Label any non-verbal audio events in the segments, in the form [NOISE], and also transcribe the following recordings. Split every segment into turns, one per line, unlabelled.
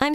I'm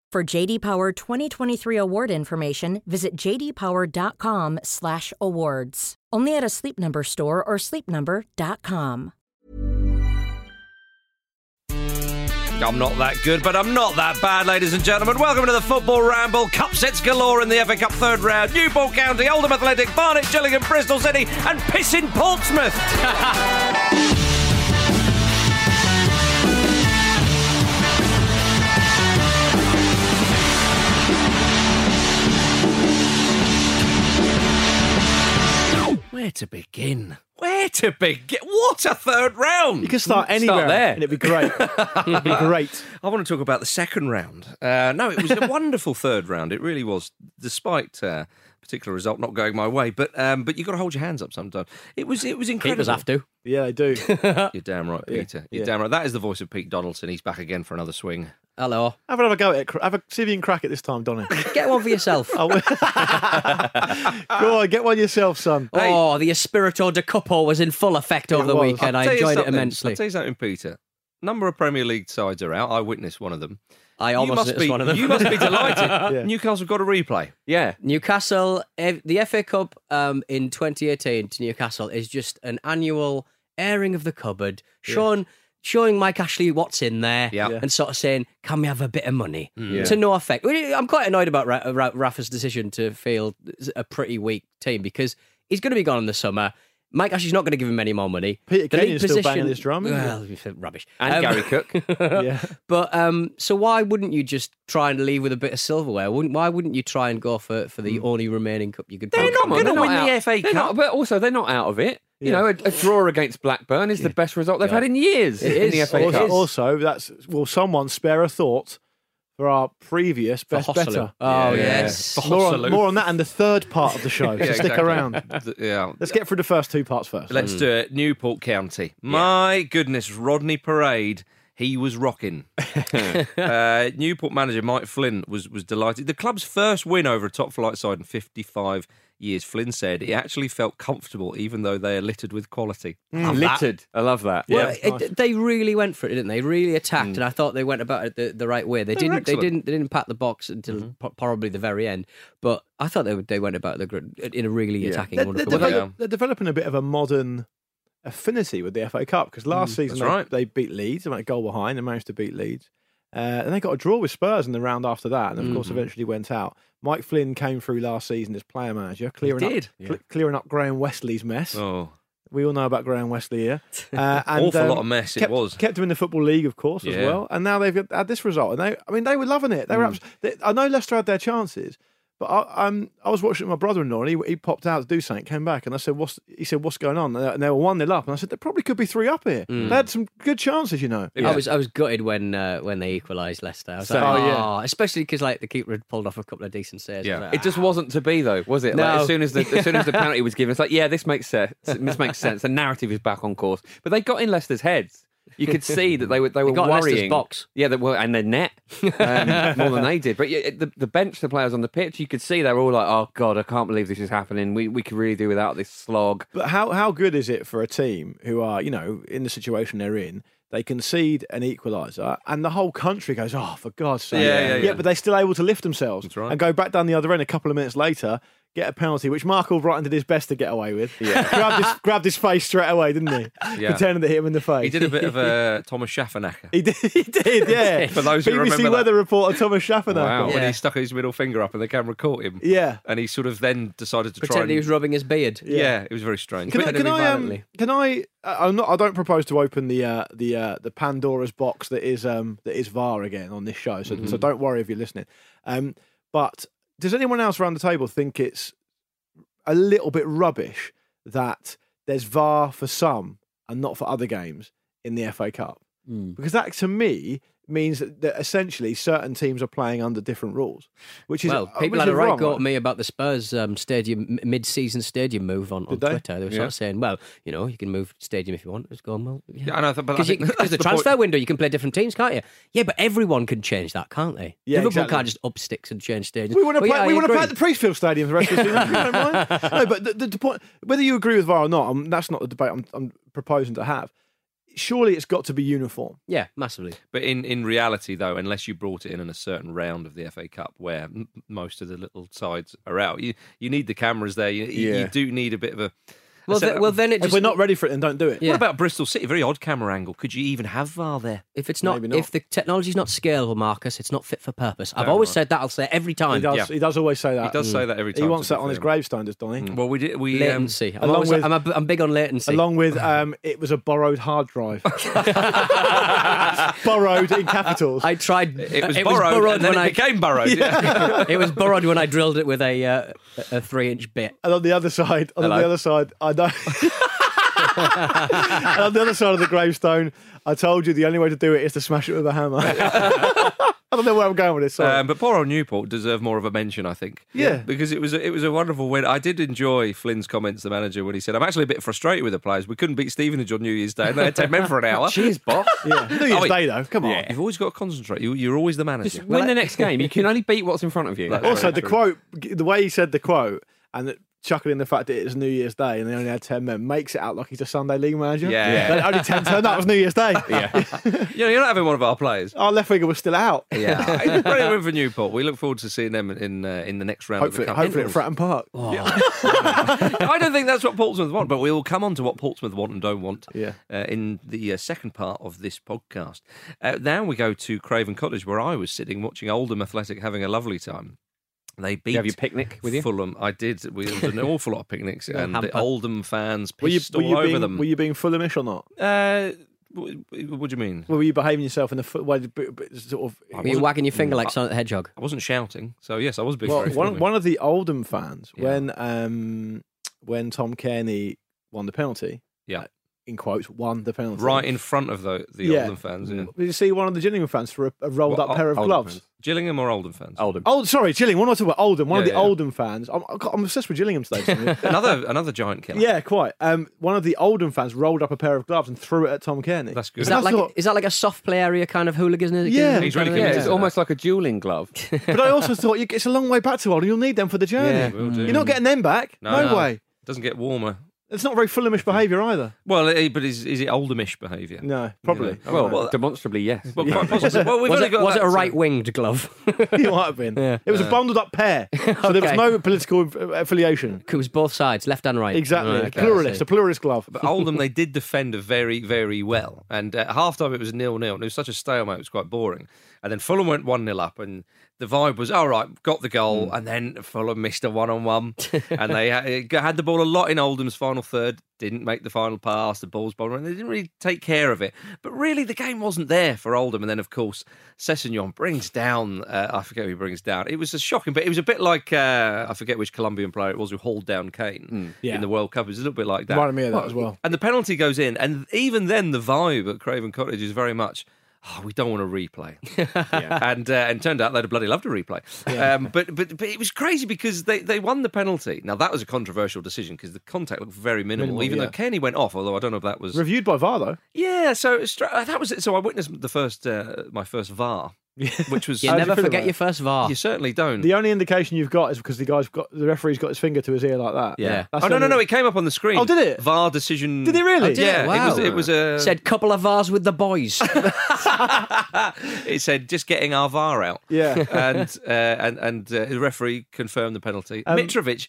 For JD Power 2023 award information, visit jdpower.com/awards. Only at a Sleep Number store or sleepnumber.com.
I'm not that good, but I'm not that bad, ladies and gentlemen. Welcome to the Football Ramble. Cup sets galore in the FA Cup third round. Newport County, Oldham Athletic, Barnet, Gillingham, Bristol City, and pissing Portsmouth. Where to begin? Where to begin? What a third round!
You could start anywhere,
Mm, there.
and it'd be great. it'd be great.
I want to talk about the second round. Uh, no, it was [LAUGHS] a wonderful third round. It really was, despite uh, particular result not going my way. But um, but you got to hold your hands up sometimes. It was it was incredible. Uh,
Keepers have to.
Yeah, they do.
You're damn right, Peter. You're
yeah.
damn right. That is the voice of Pete Donaldson. He's back again for another swing.
Hello.
Have another go at it. Cra- Have a see if you can crack it this time, Donny.
Get one for
[LAUGHS]
yourself.
Oh,
I will- go on, get one yourself, son.
Hey.
Oh, the Espirito de Cupo was in full effect over the
was.
weekend.
I'll
I
tell you
enjoyed it
something.
immensely.
I'll tell you something, Peter. Number of Premier League sides are out. I witnessed one of them.
I
you
almost
must
hit
be
one of them. [LAUGHS]
you must be delighted.
Yeah.
Newcastle have got a replay.
yeah. Newcastle, eh, the FA Cup um, in 2018 to Newcastle is just an annual airing of the cupboard, showing, showing Mike Ashley what's in there
Yeah. Hmm. Yeah.
and sort of saying, can we have a bit of money?
Yeah.
To no effect. Well, I'm quite annoyed about Ra- Ra- Rafa's decision to field a pretty weak team because he's going to be gone in the summer. Mike Ashley's not going to give him any more money.
Peter
The
Kenny
league
is still banging
position-
this drum, isn't he?
Well, rubbish.
And
Um, [LAUGHS]
Gary Cook.
Yeah.
But um, so why wouldn't you just try and leave with a bit of silverware? Wouldn't why wouldn't you try and go for for the only remaining cup you could?
Hmm. They're
find?
not
come on,
going to
they're not
win the
out-
FA
they're
Cup,
not-
but also they're not out of it. You
Yeah.
know, a, a draw against Blackburn is the best result they've had in years
It
in the
is.
FA
It
also,
Cup.
is.
also, that's will someone spare a thought for our previous
For
best
Hosselu.
better?
Oh
Yeah.
yes.
More on, more on that and the third part of the show. so
Yeah,
stick
exactly.
around.
Th- yeah.
Let's get through the first two parts first.
Let's do it. Newport County. My goodness, Rodney Parade. He was rocking. uh, Newport manager Mike Flynn was was delighted. The club's first win over a top flight side in 55 years. Flynn said he actually felt comfortable, even though they are littered with quality.
Mm, Littered. I love that.
Well, it, they really went for it, didn't they? Really attacked, and I thought they went about it the, the right way. They,
They were
didn't. They
Hmm. excellent. Mm-hmm.
didn't. They didn't pack the box until po- probably the very end. But I thought they would- they went about the gr- in a really attacking,
They're, they're
wonderful
develop-
way.
Yeah.
develop- they're developing a bit of a modern affinity with the FA Cup because last season
Mm, that's
they,
right.
they beat Leeds, they went a goal behind and managed to beat Leeds. Uh, and they got a draw with Spurs in the round after that, and of
Mm-hmm.
course eventually went out. Mike Flynn came through last season as player manager, clearing
did.
up cl- clearing up Graham Wesley's mess.
Oh,
We all know about Graham Wesley
[LAUGHS]
here. Uh, and,
awful lot of mess
kept,
it was.
Kept them in the football league, of course, as
Yeah. Mm.
well. And now they've got, had this result, and they, I mean, they were loving it. They were. Abs- they, I know Leicester had their chances, but I, um, I was watching my brother-in-law, and he, he popped out to do something, came back, and I said, "What's?" He said, "What's going on?" And they- And they were one 0 up, and I said, "There probably could be three up here.
Mm.
They had some good chances, you know."
I was I was gutted when uh, when they equalised Leicester. I was like,
Oh,
oh,
yeah.
especially because like the keeper had pulled off a couple of decent saves. I was
Yeah.
like,
It just wasn't to be though, was it? Like,
No.
as soon as the as soon as the penalty was given, it's like, yeah, this makes sense. This makes sense. The narrative is back on course. But they got in Leicester's heads. You could see that they were they were
got in Leicester's
worrying.
box.
Yeah, they were, and their net um, more than they did. But yeah, the, the bench, the players on the pitch, you could see they were all like, "Oh God, I can't believe this is happening. We we could really do without this slog."
But how how good is it for a team who are you know in the situation they're in? They concede an equaliser, and the whole country goes, "Oh, for God's sake!"
Yeah, yeah, yeah.
but they're still able to lift themselves
right.
and go back down the other end a couple of minutes later, get a penalty, which Mark Albrighton did his best to get
[LAUGHS]
away with. Yeah. grabbed, his, grabbed his face straight away, didn't he?
Yeah.
Pretending to hit him in the face.
He did a bit of a Thomas Schaffenacker.
He did, he did,
[LAUGHS]
yeah.
For those who
[LAUGHS] BBC
remember that.
weather reporter Thomas Schaffner.
Wow. When
Yeah.
he stuck his middle finger up and the camera caught him.
Yeah.
And he sort of then decided to try
"Ah, Pretend
and...
he was rubbing his beard.
yeah. it was very strange.
Can
But
I?
Pretend
Can
to be
I? Um,
violently.
can I? I- I'm not. I don't propose to open the uh, the uh, the Pandora's box that is um that is VAR again on this show. So
Mm-hmm.
so don't worry if you're listening. Um, but does anyone else around the table think it's a little bit rubbish that there's VAR for some and not for other games in the FA Cup?
Mm.
Because that to me means that, that essentially certain teams are playing under different rules, which is
Well,
uh, which
people had a
is
right
wrong.
go at me about the Spurs um, stadium m- mid-season stadium move on, on
they?
Twitter. They were sort of saying, "Well, you know, you can move stadium if you want." It's going well,
Yeah, and I thought- but I
because
think that's
the,
the
transfer
point.
window, you can play different teams, can't you? Yeah, but everyone can change that, can't they?
Yeah,
Liverpool
exactly.
can't just up sticks and change stadiums.
We want to
But
play.
yeah, I
we want to play
agree.
at the Priestfield Stadium the rest of the season. if you don't mind.
[LAUGHS]
No, but the, the, the point, whether you agree with VAR or not, um that's not the debate I'm, I'm proposing to have. Surely it's got to be uniform.
Yeah, massively.
But in, in reality, though, unless you brought it in in a certain round of the FA Cup where m- most of the little sides are out, you you need the cameras there. You, you-
Yeah.
you do need a bit of a.
Well,
So-
th- well, then it
If
just
we're not ready for it, then don't do it.
Yeah.
What about Bristol City? Very odd camera angle. Could you even have VAR there?
If it's not,
Maybe not.
if the technology's not scalable, Marcus, it's not fit for purpose. I've
No,
always
right.
said that. I'll say it every
He
time.
does.
Yeah.
He does always say that.
He does say that every time.
He wants
to
that
be
on his
fair.
gravestone, does Donny?
Well, we did. We um,
Latency. I'm, [LAUGHS]
along
always,
with-
I'm, a, I'm big on latency. [LAUGHS]
Along with um, it was a borrowed
[LAUGHS]
hard drive. borrowed in capitals.
I tried.
it was
[LAUGHS] it
borrowed, and then
when
it
I
became borrowed.
[LAUGHS]
Yeah.
it was borrowed when I drilled it with a uh, a three inch bit.
And on the other side, on the other side, I know. [LAUGHS] and on the other side of the gravestone, I told you the only way to do it is to smash it with a hammer. [LAUGHS] I don't know where I'm going with this. Sorry.
Um, but poor old Newport deserve more of a mention, I think.
Yeah.
because it was a, it was a wonderful win. I did enjoy Flynn's comments, the manager, when he said, "I'm actually a bit frustrated with the players. We couldn't beat Stevenage on New Year's Day, and they had ten men for an
[LAUGHS]
hour."
Cheers, boss.
yeah. New Year's
oh, wait.
Day though. Come on.
You've always got to concentrate. You, you're always the manager.
Just win the next game. You
[LAUGHS]
can only beat what's in front of you.
That's
Also,
very
the
true.
quote, the way he said the quote, and that chuckling the fact that it's New Year's Day and they only had ten men, makes it out like he's a Sunday league manager.
Yeah. Yeah.
Like, only ten turned up. It was New Year's
[LAUGHS]
Day.
You know, [LAUGHS] you're not having one of our players.
[LAUGHS] Our left winger was still out.
[LAUGHS] Yeah, it's a brilliant win for Newport. We look forward to seeing them in uh, in the next round.
Hopefully,
of the Oh, cup.
hopefully at Fratton Park.
[LAUGHS] I don't think that's what Portsmouth want, but we will come on to what Portsmouth want and don't want
Yeah.
uh, in the uh, second part of this podcast. Uh, now we go to Craven Cottage, where I was sitting watching Oldham Athletic having a lovely time. They beat
you have your picnic with you?
Fulham. I did. We there was an awful lot of
[LAUGHS]
picnics, and
hamper.
the Oldham fans
Were you,
pissed
were you
all over
being,
them.
were you being Fulhamish or not?
uh, w- w- what do you mean?
Were you behaving yourself in a foot? Way, b- b- sort of.
Were you wagging your finger like
Mm.
Sonic the Hedgehog?
I wasn't shouting, so yes, I was being
Well,
very
one,
friendly.
one of the Oldham fans,
Yeah.
when um, when Tom Kearney won the penalty, uh,
yeah,
in quotes, won the penalty.
right in front of the the
Yeah.
Oldham fans. Yeah.
Did you see one of the Gillingham fans for a, a rolled
Well,
up pair of
Oldham
gloves?
fans.
Gillingham or Oldham fans?
Oldham.
Oh, sorry, Gillingham. What am I talking about? Oldham. One
Yeah,
of the
yeah, yeah.
Oldham fans. I'm, I've got- I'm obsessed with Gillingham today. Simon.
[LAUGHS] [LAUGHS] another another giant killer.
yeah, quite. Um, one of the Oldham fans rolled up a pair of gloves and threw it at Tom Kearney.
That's good.
Is
And I
that like
thought-
is that like a soft play area kind of hooliganism?
Yeah.
He's really
Yeah,
Yeah.
it's almost like a dueling glove.
but I also thought you, it's a long way back to Oldham. You'll need them for the journey.
Yeah,
will do.
You're not getting them back. No, way.
Doesn't get warmer.
It's not very Fulhamish behaviour either.
Well, eh, but is, is it Oldhamish behaviour?
No, probably.
You know,
[LAUGHS]
[LAUGHS]
Well,
well,
demonstrably, yes.
well, quite possibly. Well, we've
Was,
only
it,
got
was it
that
a
to-
right winged glove? [LAUGHS]
it might have been.
Yeah.
It was a bundled up pair, so there was
Okay.
no political uh, affiliation.
it was both sides, left and right.
Exactly,
Right, okay, I
pluralist,
see.
a pluralist glove.
But Oldham, they did defend very, very well. And at half time, it was nil nil. And it was such a stalemate, it was quite boring. And then Fulham went 1 0 up. And the vibe was, all right, got the goal. And then Fulham missed a one on one. And they had- it had the ball a lot in Oldham's final third, didn't make the final pass. The ball's bowled around. They didn't really take care of it. But really, the game wasn't there for Oldham. And then, of course, Sessignon brings down, uh, I forget who he brings down. It was a shocking, but it was a bit like, uh, I forget which Colombian player it was who hauled down Kane
Yeah.
in the World Cup. It was a little bit like that.
Reminded me of that as well.
And the penalty goes in, and even then, the vibe at Craven Cottage is very much. Oh, we don't want a
[LAUGHS]
replay, and uh, and turned out they'd have bloody loved a replay. Um, but but but it was crazy because they, they won the penalty. Now that was a controversial decision because the contact looked very minimal,
Minimal,
even
yeah.
though Kenny went off. Although I don't know if that was
Reviewed by VAR though.
yeah. So it was stra- that was it. So I witnessed the first uh, my first VAR which was
You
How do you
never
feel
forget
about
your
it?
first VAR.
you certainly don't.
The only indication you've got is because the guy's got the referee's got his finger to his ear like that.
Yeah.
That's
oh
the
no, no,
only-
no! It came up on the screen.
Oh, did it?
VAR decision.
Did it really? Oh, did it?
yeah.
Wow.
It was. It was a.
Said couple of VARs with
[LAUGHS]
the boys.
it said just getting our VAR out.
Yeah.
[LAUGHS] and uh, and and uh, the referee confirmed the penalty.
Um,
Mitrovic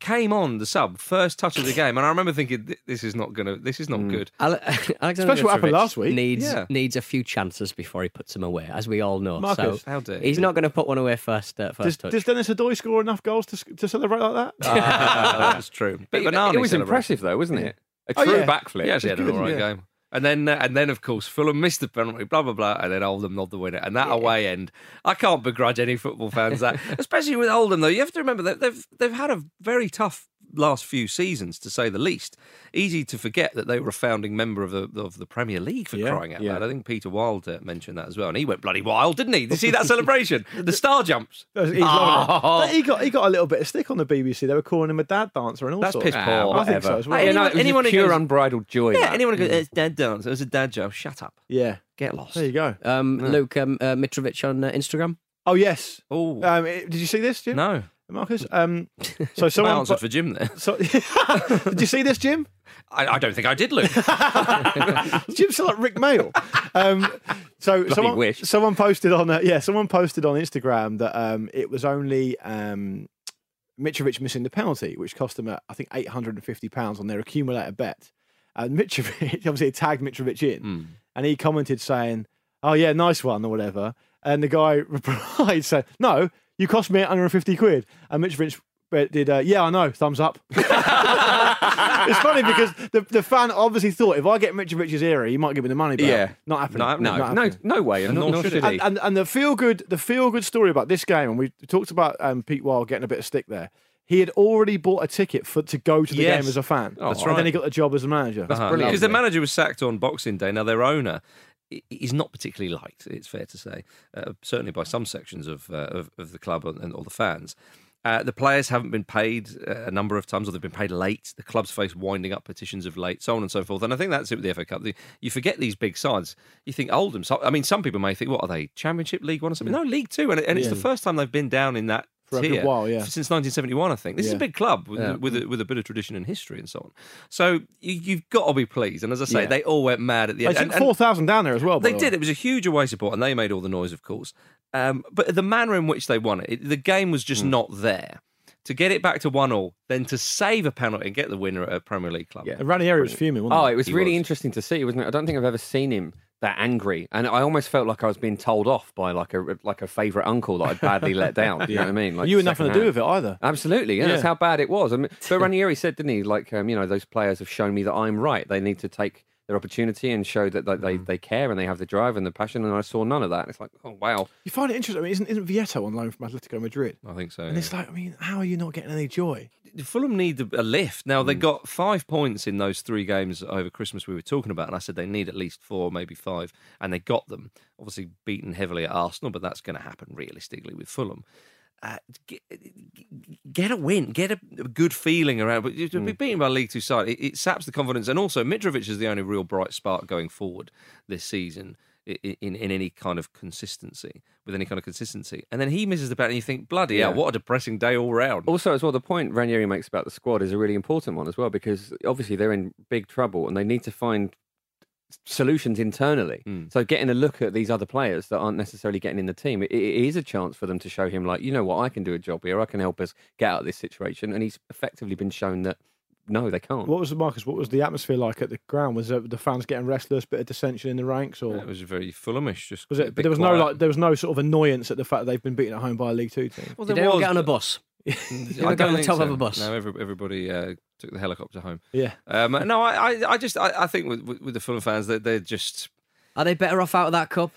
came on the sub first touch of the game, and I remember thinking "Th- this is not gonna, this is not
Hmm.
good. [LAUGHS]
Ale- [LAUGHS] Alexander
Especially what happened
Mitrovic
last week.
Needs
Yeah.
needs a few chances before he puts them away, as we all know.
Marcus,
so
how dare
he's
you.
not going to put one away first. Uh,
Does,
first touch.
does Dennis Adoy score enough goals to, sc- to celebrate like that?
Ah. That's true. But
it,
Bernani
it was
celebrated.
impressive though, wasn't it? A
Oh,
true
yeah.
backflip.
He actually had an
good,
all right
yeah.
game. And then, uh, and then, of course, Fulham missed the penalty, blah blah blah, and then Oldham nod the winner, and that away end. I can't begrudge any football fans
[LAUGHS]
that, especially with Oldham though. You have to remember that they've they've had a very tough last few seasons, to say the least. Easy to forget that they were a founding member of the of the Premier League for
Yeah,
crying out
yeah.
loud. I think Peter Wild uh, mentioned that as well, and he went bloody wild, didn't he? Did you see
[LAUGHS]
that celebration? The star jumps.
[LAUGHS] He's loving it. But he got he got a little bit of stick on the BBC. They were calling him a dad dancer and all
That's
sorts.
piss poor.
I think so as well.
Hey,
Yeah, no,
anyone-
it was
anyone
anyone
who
pure
goes-
unbridled joy.
Yeah,
that.
anyone
Mm.
who goes, "It's dad dance. It was a dad joke. Shut up.
Yeah.
Get lost."
There you go.
um, Luke um, uh, Mitrovic on uh, Instagram?
Oh yes.
Oh
Um, it- did you see this, Jim?
no!
Marcus. Um, so
I
someone.
answered for Jim there.
so, [LAUGHS] did you see this, Jim?
I, I don't think I did,
[LAUGHS]
Luke.
Jim's like Rick Mail. Um, so someone,
wish.
someone posted on uh, yeah, someone posted on Instagram that um, it was only um, Mitrovic missing the penalty, which cost them uh, I think eight hundred and fifty pounds on their accumulator bet. And Uh, Mitrovic [LAUGHS] obviously tagged Mitrovic in,
Hmm.
and he commented saying, "Oh yeah, nice one" or whatever. And the guy [LAUGHS] replied saying, "No, you cost me eight hundred and fifty quid." And Mitrovic did, uh, "Yeah, I know, thumbs up." [LAUGHS] it's funny because the, the fan obviously thought if I get Mitrovic's era, he might give me the money back.
Yeah.
not happening.
No,
No,
Not
no,
happening.
no way. And nor, nor should he.
And, and and the feel good the feel good story about this game, and we talked about um, Pete Wild getting a bit of stick there. He had already bought a ticket for to go to the
Yes.
game as a fan.
Oh,
That's
and
right.
Then he got the job as a manager.
Uh-huh. Because the manager was sacked on Boxing Day. Now their owner i- is not particularly liked. It's fair to say, uh, certainly by some sections of, uh, of of the club and, and all the fans. Uh, the players haven't been paid uh, a number of times, or they've been paid late. The clubs face winding up petitions of late, so on and so forth. And I think that's it with the FA Cup. The- You forget these big sides. You think Oldham. so- I mean, some people may think, what are they? Championship, League One, or something? No, League Two. And, and it's the first time they've been down in that
Hmm. For a good
tier
while, yeah.
since 1971, I think. This is a
Yeah.
big club with, with, a, with a bit of tradition and history and so on. So you, you've got to be pleased. And as I say,
Yeah.
they all went mad at the
They
end.
took
And- and
four thousand down there as well.
they
by the way.
did. It was a huge away support, and they made all the noise, of course. Um, but the manner in which they won it, it- the game was
Hmm.
just not there. To get it back to one all, then to save a penalty and get the winner at a Premier League club.
Yeah.
And Ranieri was fuming. Wasn't
Oh,
he?
it was
He
really
was.
interesting to see, wasn't it? I don't think I've ever seen him that angry, and I almost felt like I was being told off by like a like a favourite uncle that I'd badly let down. [LAUGHS] Do you know what I mean? Like
you had nothing to do with
secondhand.
it either.
Absolutely, yeah, that's
Yeah.
how bad it was. I mean, [LAUGHS] but Ranieri said, didn't he? Like, um, you know, those players have shown me that I'm right. They need to take their opportunity and show that like, they, they care and they have the drive and the passion. And I saw none of that. It's like, oh wow,
You find it interesting. I mean, isn't isn't Vieto on loan from Atletico Madrid?
I think so.
And
yeah.
it's like, I mean, how are you not getting any joy?
Fulham need a a lift. Now, they got five points in those three games over Christmas we were talking about, and I said they need at least four, maybe five, and they got them. Obviously, beaten heavily at Arsenal, but that's going to happen realistically with Fulham. Uh, get, get a win, get a, a good feeling around. But to be beaten by a League Two side, it, it saps the confidence. And also, Mitrovic is the only real bright spark going forward this season i- i- in, in any kind of consistency, with any kind of consistency. And then he misses the bat, and you think, bloody hell, what a depressing day all round.
Also, as well, the point Ranieri makes about the squad is a really important one as well because obviously they're in big trouble and they need to find solutions internally.
Hmm.
So getting a look at these other players that aren't necessarily getting in the team, it, it is a chance for them to show him like, you know what, I can do a job here. I can help us get out of this situation. And he's effectively been shown that no, they can't.
What was the Marcus? What was the atmosphere like at the ground? Was there, the fans getting restless? Bit of dissension in the ranks, or
It was very Fulhamish. Just
was
a
it? But
bit
there was
quiet.
no like, there was no sort of annoyance at the fact that they've been beaten at home by a League Two team.
Well,
Did
there
anyone
was,
get on a [LAUGHS] bus?
I
anyone get on
don't
the
think
top of
so.
a bus?
No, every, everybody uh, took the helicopter home.
Yeah,
Um, no, I, I, I just, I, I think with, with, with the Fulham fans, that they're just
Are they better off out of that cup?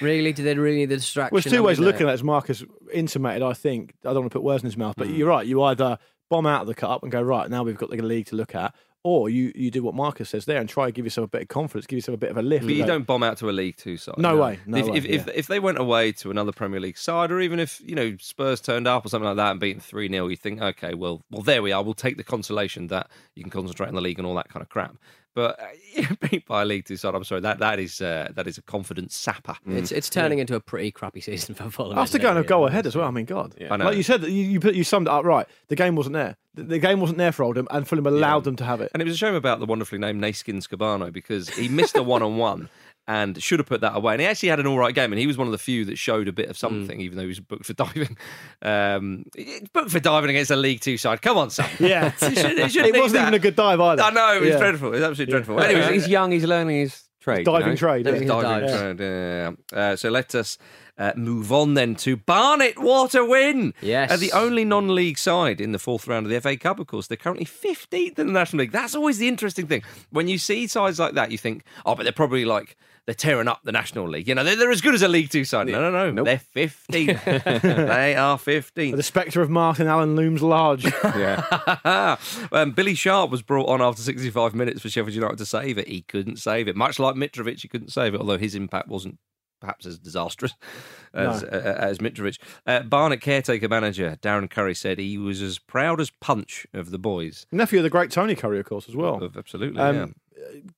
Really? Do they really need the distraction?
well, there's two
I
ways of
mean,
looking at it. As Marcus intimated, I
Mm.
think I don't want to put words in his mouth, but you're right. You either bomb out of the cup and go right now we've got the league to look at, Or you, you do what Marcus says there and try and give yourself a bit of confidence, give yourself a bit of a lift.
But you
Like,
don't bomb out to a League Two side.
No way, no
if,
way,
if, if,
yeah.
if they went away to another Premier League side, or even if you know Spurs turned up or something like that and beaten three 0 you think, okay, well, well, there we are. We'll take the consolation that you can concentrate on the league and all that kind of crap. But uh, [LAUGHS] yeah, beat by a League Two side, I'm sorry that that is uh, that is a confidence sapper.
It's it's turning into a pretty crappy [LAUGHS] season for Fulham.
Mm. After
isn't it,
going a
really?
goal ahead as well, I mean, God.
I know.
Like you said, you, you, put, you summed it up right. The game wasn't there. The, the game wasn't there for Oldham, and Fulham allowed them to
[LAUGHS]
have it.
And it was a shame about the wonderfully named Naiskin Scabano because he missed a one on
[LAUGHS]
one and should have put that away. And he actually had an all right game, and he was one of the few that showed a bit of
Hmm.
something, even though he was booked for diving. [LAUGHS] Um, booked for diving against a League Two side. Come on, son. [LAUGHS]
[LAUGHS] Yeah.
You shouldn't- you shouldn't
it
need
wasn't
that.
even a good dive either.
I know it was
Yeah.
dreadful. It was absolutely dreadful.
Anyway,
[LAUGHS]
Anyway,
he's young. He's learning his trade.
Diving
you know?
trade. yeah.
He's
diving
dived.
trend, yeah. Uh, so let us uh, move on then to Barnet. What a win!
Yes.
Uh, the only non-league side in the fourth round of the FA Cup. Of course, they're currently 15th in the National League. That's always the interesting thing when you see sides like that. You think, oh, but they're probably like they're tearing up the National League. You know, they're, they're as good as a League Two side. No, no, no.
Nope.
They're 15th. [LAUGHS] they are 15th.
The spectre of Martin Allen
[LAUGHS]
looms large.
Yeah.
um, Billy Sharp was brought on after 65 minutes for Sheffield United to save it. He couldn't save it. Much like Mitrovic, he couldn't save it, although his impact wasn't perhaps as disastrous [LAUGHS] as, uh, as Mitrovic. Uh, Barnet caretaker manager Darren Curry said he was as proud as punch of the boys.
Nephew of the great Tony Curry, of course, as well.
Of- Absolutely, yeah.
Um,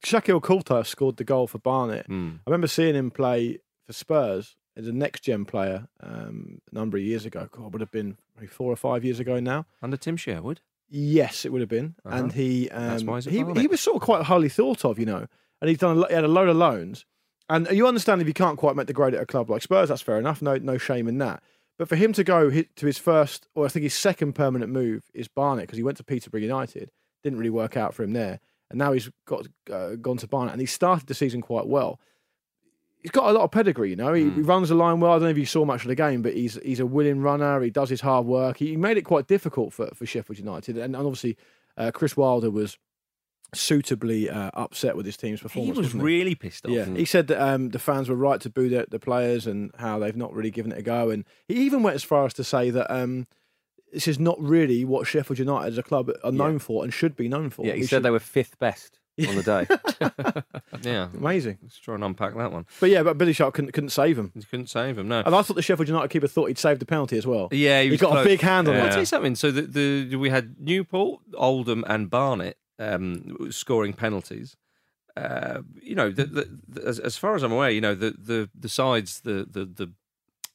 Shaquille Coulter scored the goal for
Hmm.
Barnet. I remember seeing him play for Spurs as a next gen player um, a number of years ago. God, would have been maybe four or five years ago now.
Under Tim Sherwood.
Yes, it would have been.
Uh-huh.
And he, um,
That's why he's at
he,
Barnet.
he was sort of quite highly thought of, you know. And he's done. A, lo- he had a load of loans. And you understand if you can't quite make the grade at a club like Spurs, that's fair enough. No, no shame in that. But for him to go hi- to his first, or I think his second permanent move is Barnet because he went to Peterborough United. Didn't really work out for him there, and now he's got uh, gone to Barnet, and he started the season quite well. He's got a lot of pedigree, you know. He,
Hmm.
he runs the line well. I don't know if you saw much of the game, but he's he's a willing runner. He does his hard work. He, he made it quite difficult for, for Sheffield United, and, and obviously uh, Chris Wilder was suitably uh, upset with his team's
He
performance.
was
wasn't
really pissed off.
yeah,
Mm.
he said that um, the fans were right to boo the, the players and how they've not really given it a go. And he even went as far as to say that um, this is not really what Sheffield United as a club are known for and should be known for.
Yeah. He
We
said
should-
they were fifth best on the day.
[LAUGHS] yeah.
amazing.
Let's try and unpack that one.
But yeah, but Billy Sharp couldn't, couldn't save him.
He couldn't save him. No.
And I thought the Sheffield United keeper thought he'd saved the penalty as well.
Yeah, he
he
was
got
close.
a big hand on
I'll
it.
tell you something. So the, the we had Newport, Oldham, and Barnet um, scoring penalties. Uh, you know, the, the, the, as, as far as I'm aware, you know the the, the sides, the, the the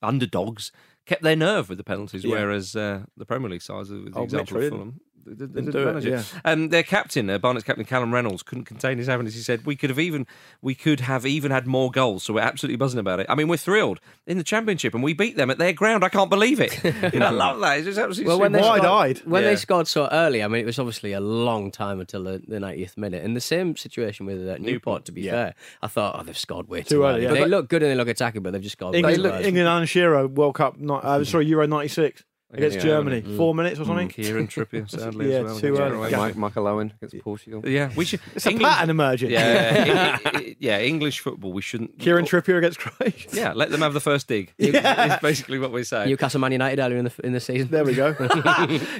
underdogs kept their nerve with the penalties,
Yeah.
whereas uh, the Premier League sides, with the
Oh,
example
Metro
of
didn't.
Fulham. They didn't,
Didn't do it,
manage it.
yeah.
Um, their captain, uh, Barnet's captain Callum Reynolds, couldn't contain his happiness. He said, "We could have even, we could have even had more goals, so we're absolutely buzzing about it. I mean, we're thrilled in the championship, and we beat them at their ground. I can't believe
[LAUGHS]
it. you know, I love that. It's just absolutely
Well, when they
Wide
scored-
eyed.
When
Yeah.
they scored so early, I mean, it was obviously a long time until the, the 90th minute. And the same situation with uh, Newport, to be fair. I thought, oh, they've scored way too,
Too early,
early.
yeah.
They
But-
look good and they look attacking, but they've just scored way
England,
too early.
England and Shiro World Cup, ni- uh, sorry, Euro 96 against
Yeah, Mm.
Germany. Four minutes or something.
Kieran
[LAUGHS]
Trippier, sadly,
Yeah,
as well.
too
Yeah,
early.
right.
Yeah.
Mike, Michael Owen against Portugal.
Yeah, we should.
It's a pattern emerging. [LAUGHS]
yeah, i- i- yeah, English football. We shouldn't.
Kieran Trippier against [LAUGHS] Croatia.
Yeah, let them have the first dig. Is
[LAUGHS] Yeah.
basically what we're saying.
Newcastle Man United earlier in the, in the season.
There [LAUGHS] we go.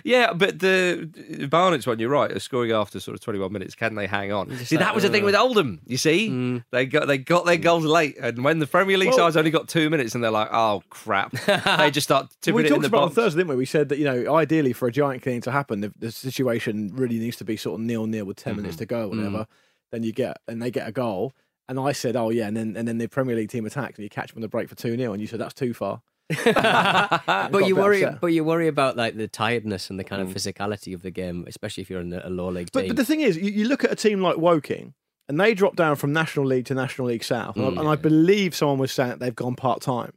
Yeah, but the Barnett's one, you're right, are scoring after sort of 21 minutes. Can they hang on? See, that was the thing with Oldham. You see, they got they got their goals late, and when the Premier League
Well-
sides only got two minutes, and they're like, "Oh crap!" they just start tipping
we
it in
talked
the
about it on
box.
Thursday, didn't we? We said that you know, ideally for a giant clean to happen, the, the situation really needs to be sort of nil nil with 10 minutes to go, or whatever. Then you get and they get a goal, and I said, oh yeah, and then and then the Premier League team attacks and you catch them on the break for two 0 and you said that's too far. [LAUGHS]
but
got
you
a bit
worry,
upset. Mm.
but you worry about like the tiredness and the kind of physicality of the game, especially if you're in a, a low league
But,
team.
but the thing is, you, you look at a team like Woking, and they drop down from National League to National League South, and, I, and I
Mm.
believe someone was saying that they've gone part time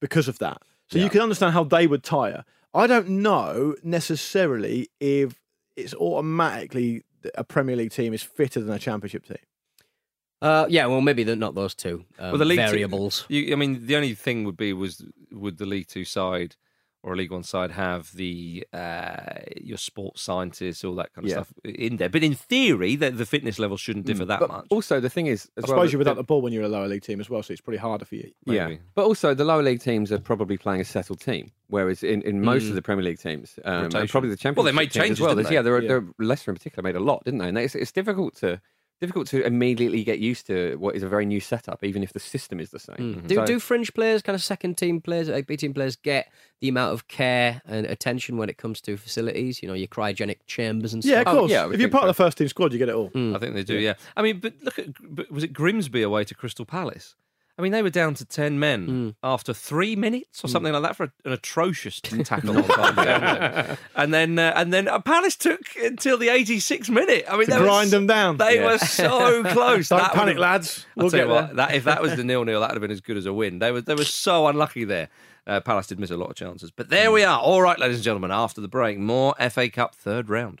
because of that. So you can understand how they would tire. I don't know necessarily if it's automatically that a Premier League team is fitter than a Championship team.
uh, yeah, well, maybe they're not those two um,
Well, the league two-
variables.
You, I mean, the only thing would be was would the League Two side or a League One side have the uh, your sports scientists, all that kind of
Yeah. Mm.
stuff in there. But in theory, the, the fitness level shouldn't differ that
but
much.
also, the thing is, as
I
well,
suppose
that-
you're without
that-
the ball when you're a lower league team as well, so it's probably harder for you.
Yeah,
maybe.
but also the lower league teams are probably playing a settled team, whereas in, in most of the Premier League teams, um, and
Mm. Rotation.
probably the Champions.
Well, they made changes,
as well.
didn't
There's-
they?
Yeah, there are,
Yeah.
there are Leicester in particular made a lot, didn't they? And it's, it's difficult to difficult to immediately get used to what is a very new setup, even if the system is the same.
Mm-hmm.
Do,
So-
do fringe players, kind of second team players, like B team players, get the amount of care and attention when it comes to facilities? You know, your cryogenic chambers and
Yeah, of
stuff.
Oh,
course.
yeah, I would
if you're
think
part
so. Mm.
of the first team squad, you get it all.
I think they do. Yeah. I mean, but look at but was it Grimsby away to Crystal Palace? I mean, they were down to ten men
Hmm.
after three minutes or something like that for an atrocious
[LAUGHS]
tackle, on target. and then uh, and then uh, Palace took until the eighty-six minute. I mean,
To
they were
grind
s-
them down.
They
Yeah.
were
[LAUGHS]
so close.
Don't
That
panic,
would've-
lads.
I'll
We'll
tell you
get
what,
there.
that, if that was the nil-nil, that would have been as good as a win. They were they were so unlucky there. Uh, Palace did miss a lot of chances, but there
Hmm.
we are. All right, ladies and gentlemen, after the break, more FA Cup third round.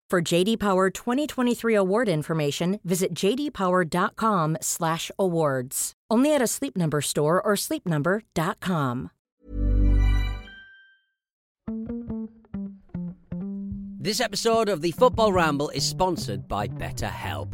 For JD Power 2023 award information, visit jdpower.com/awards. Only at a Sleep Number store or sleepnumber.com.
This episode of the Football Ramble is sponsored by BetterHelp.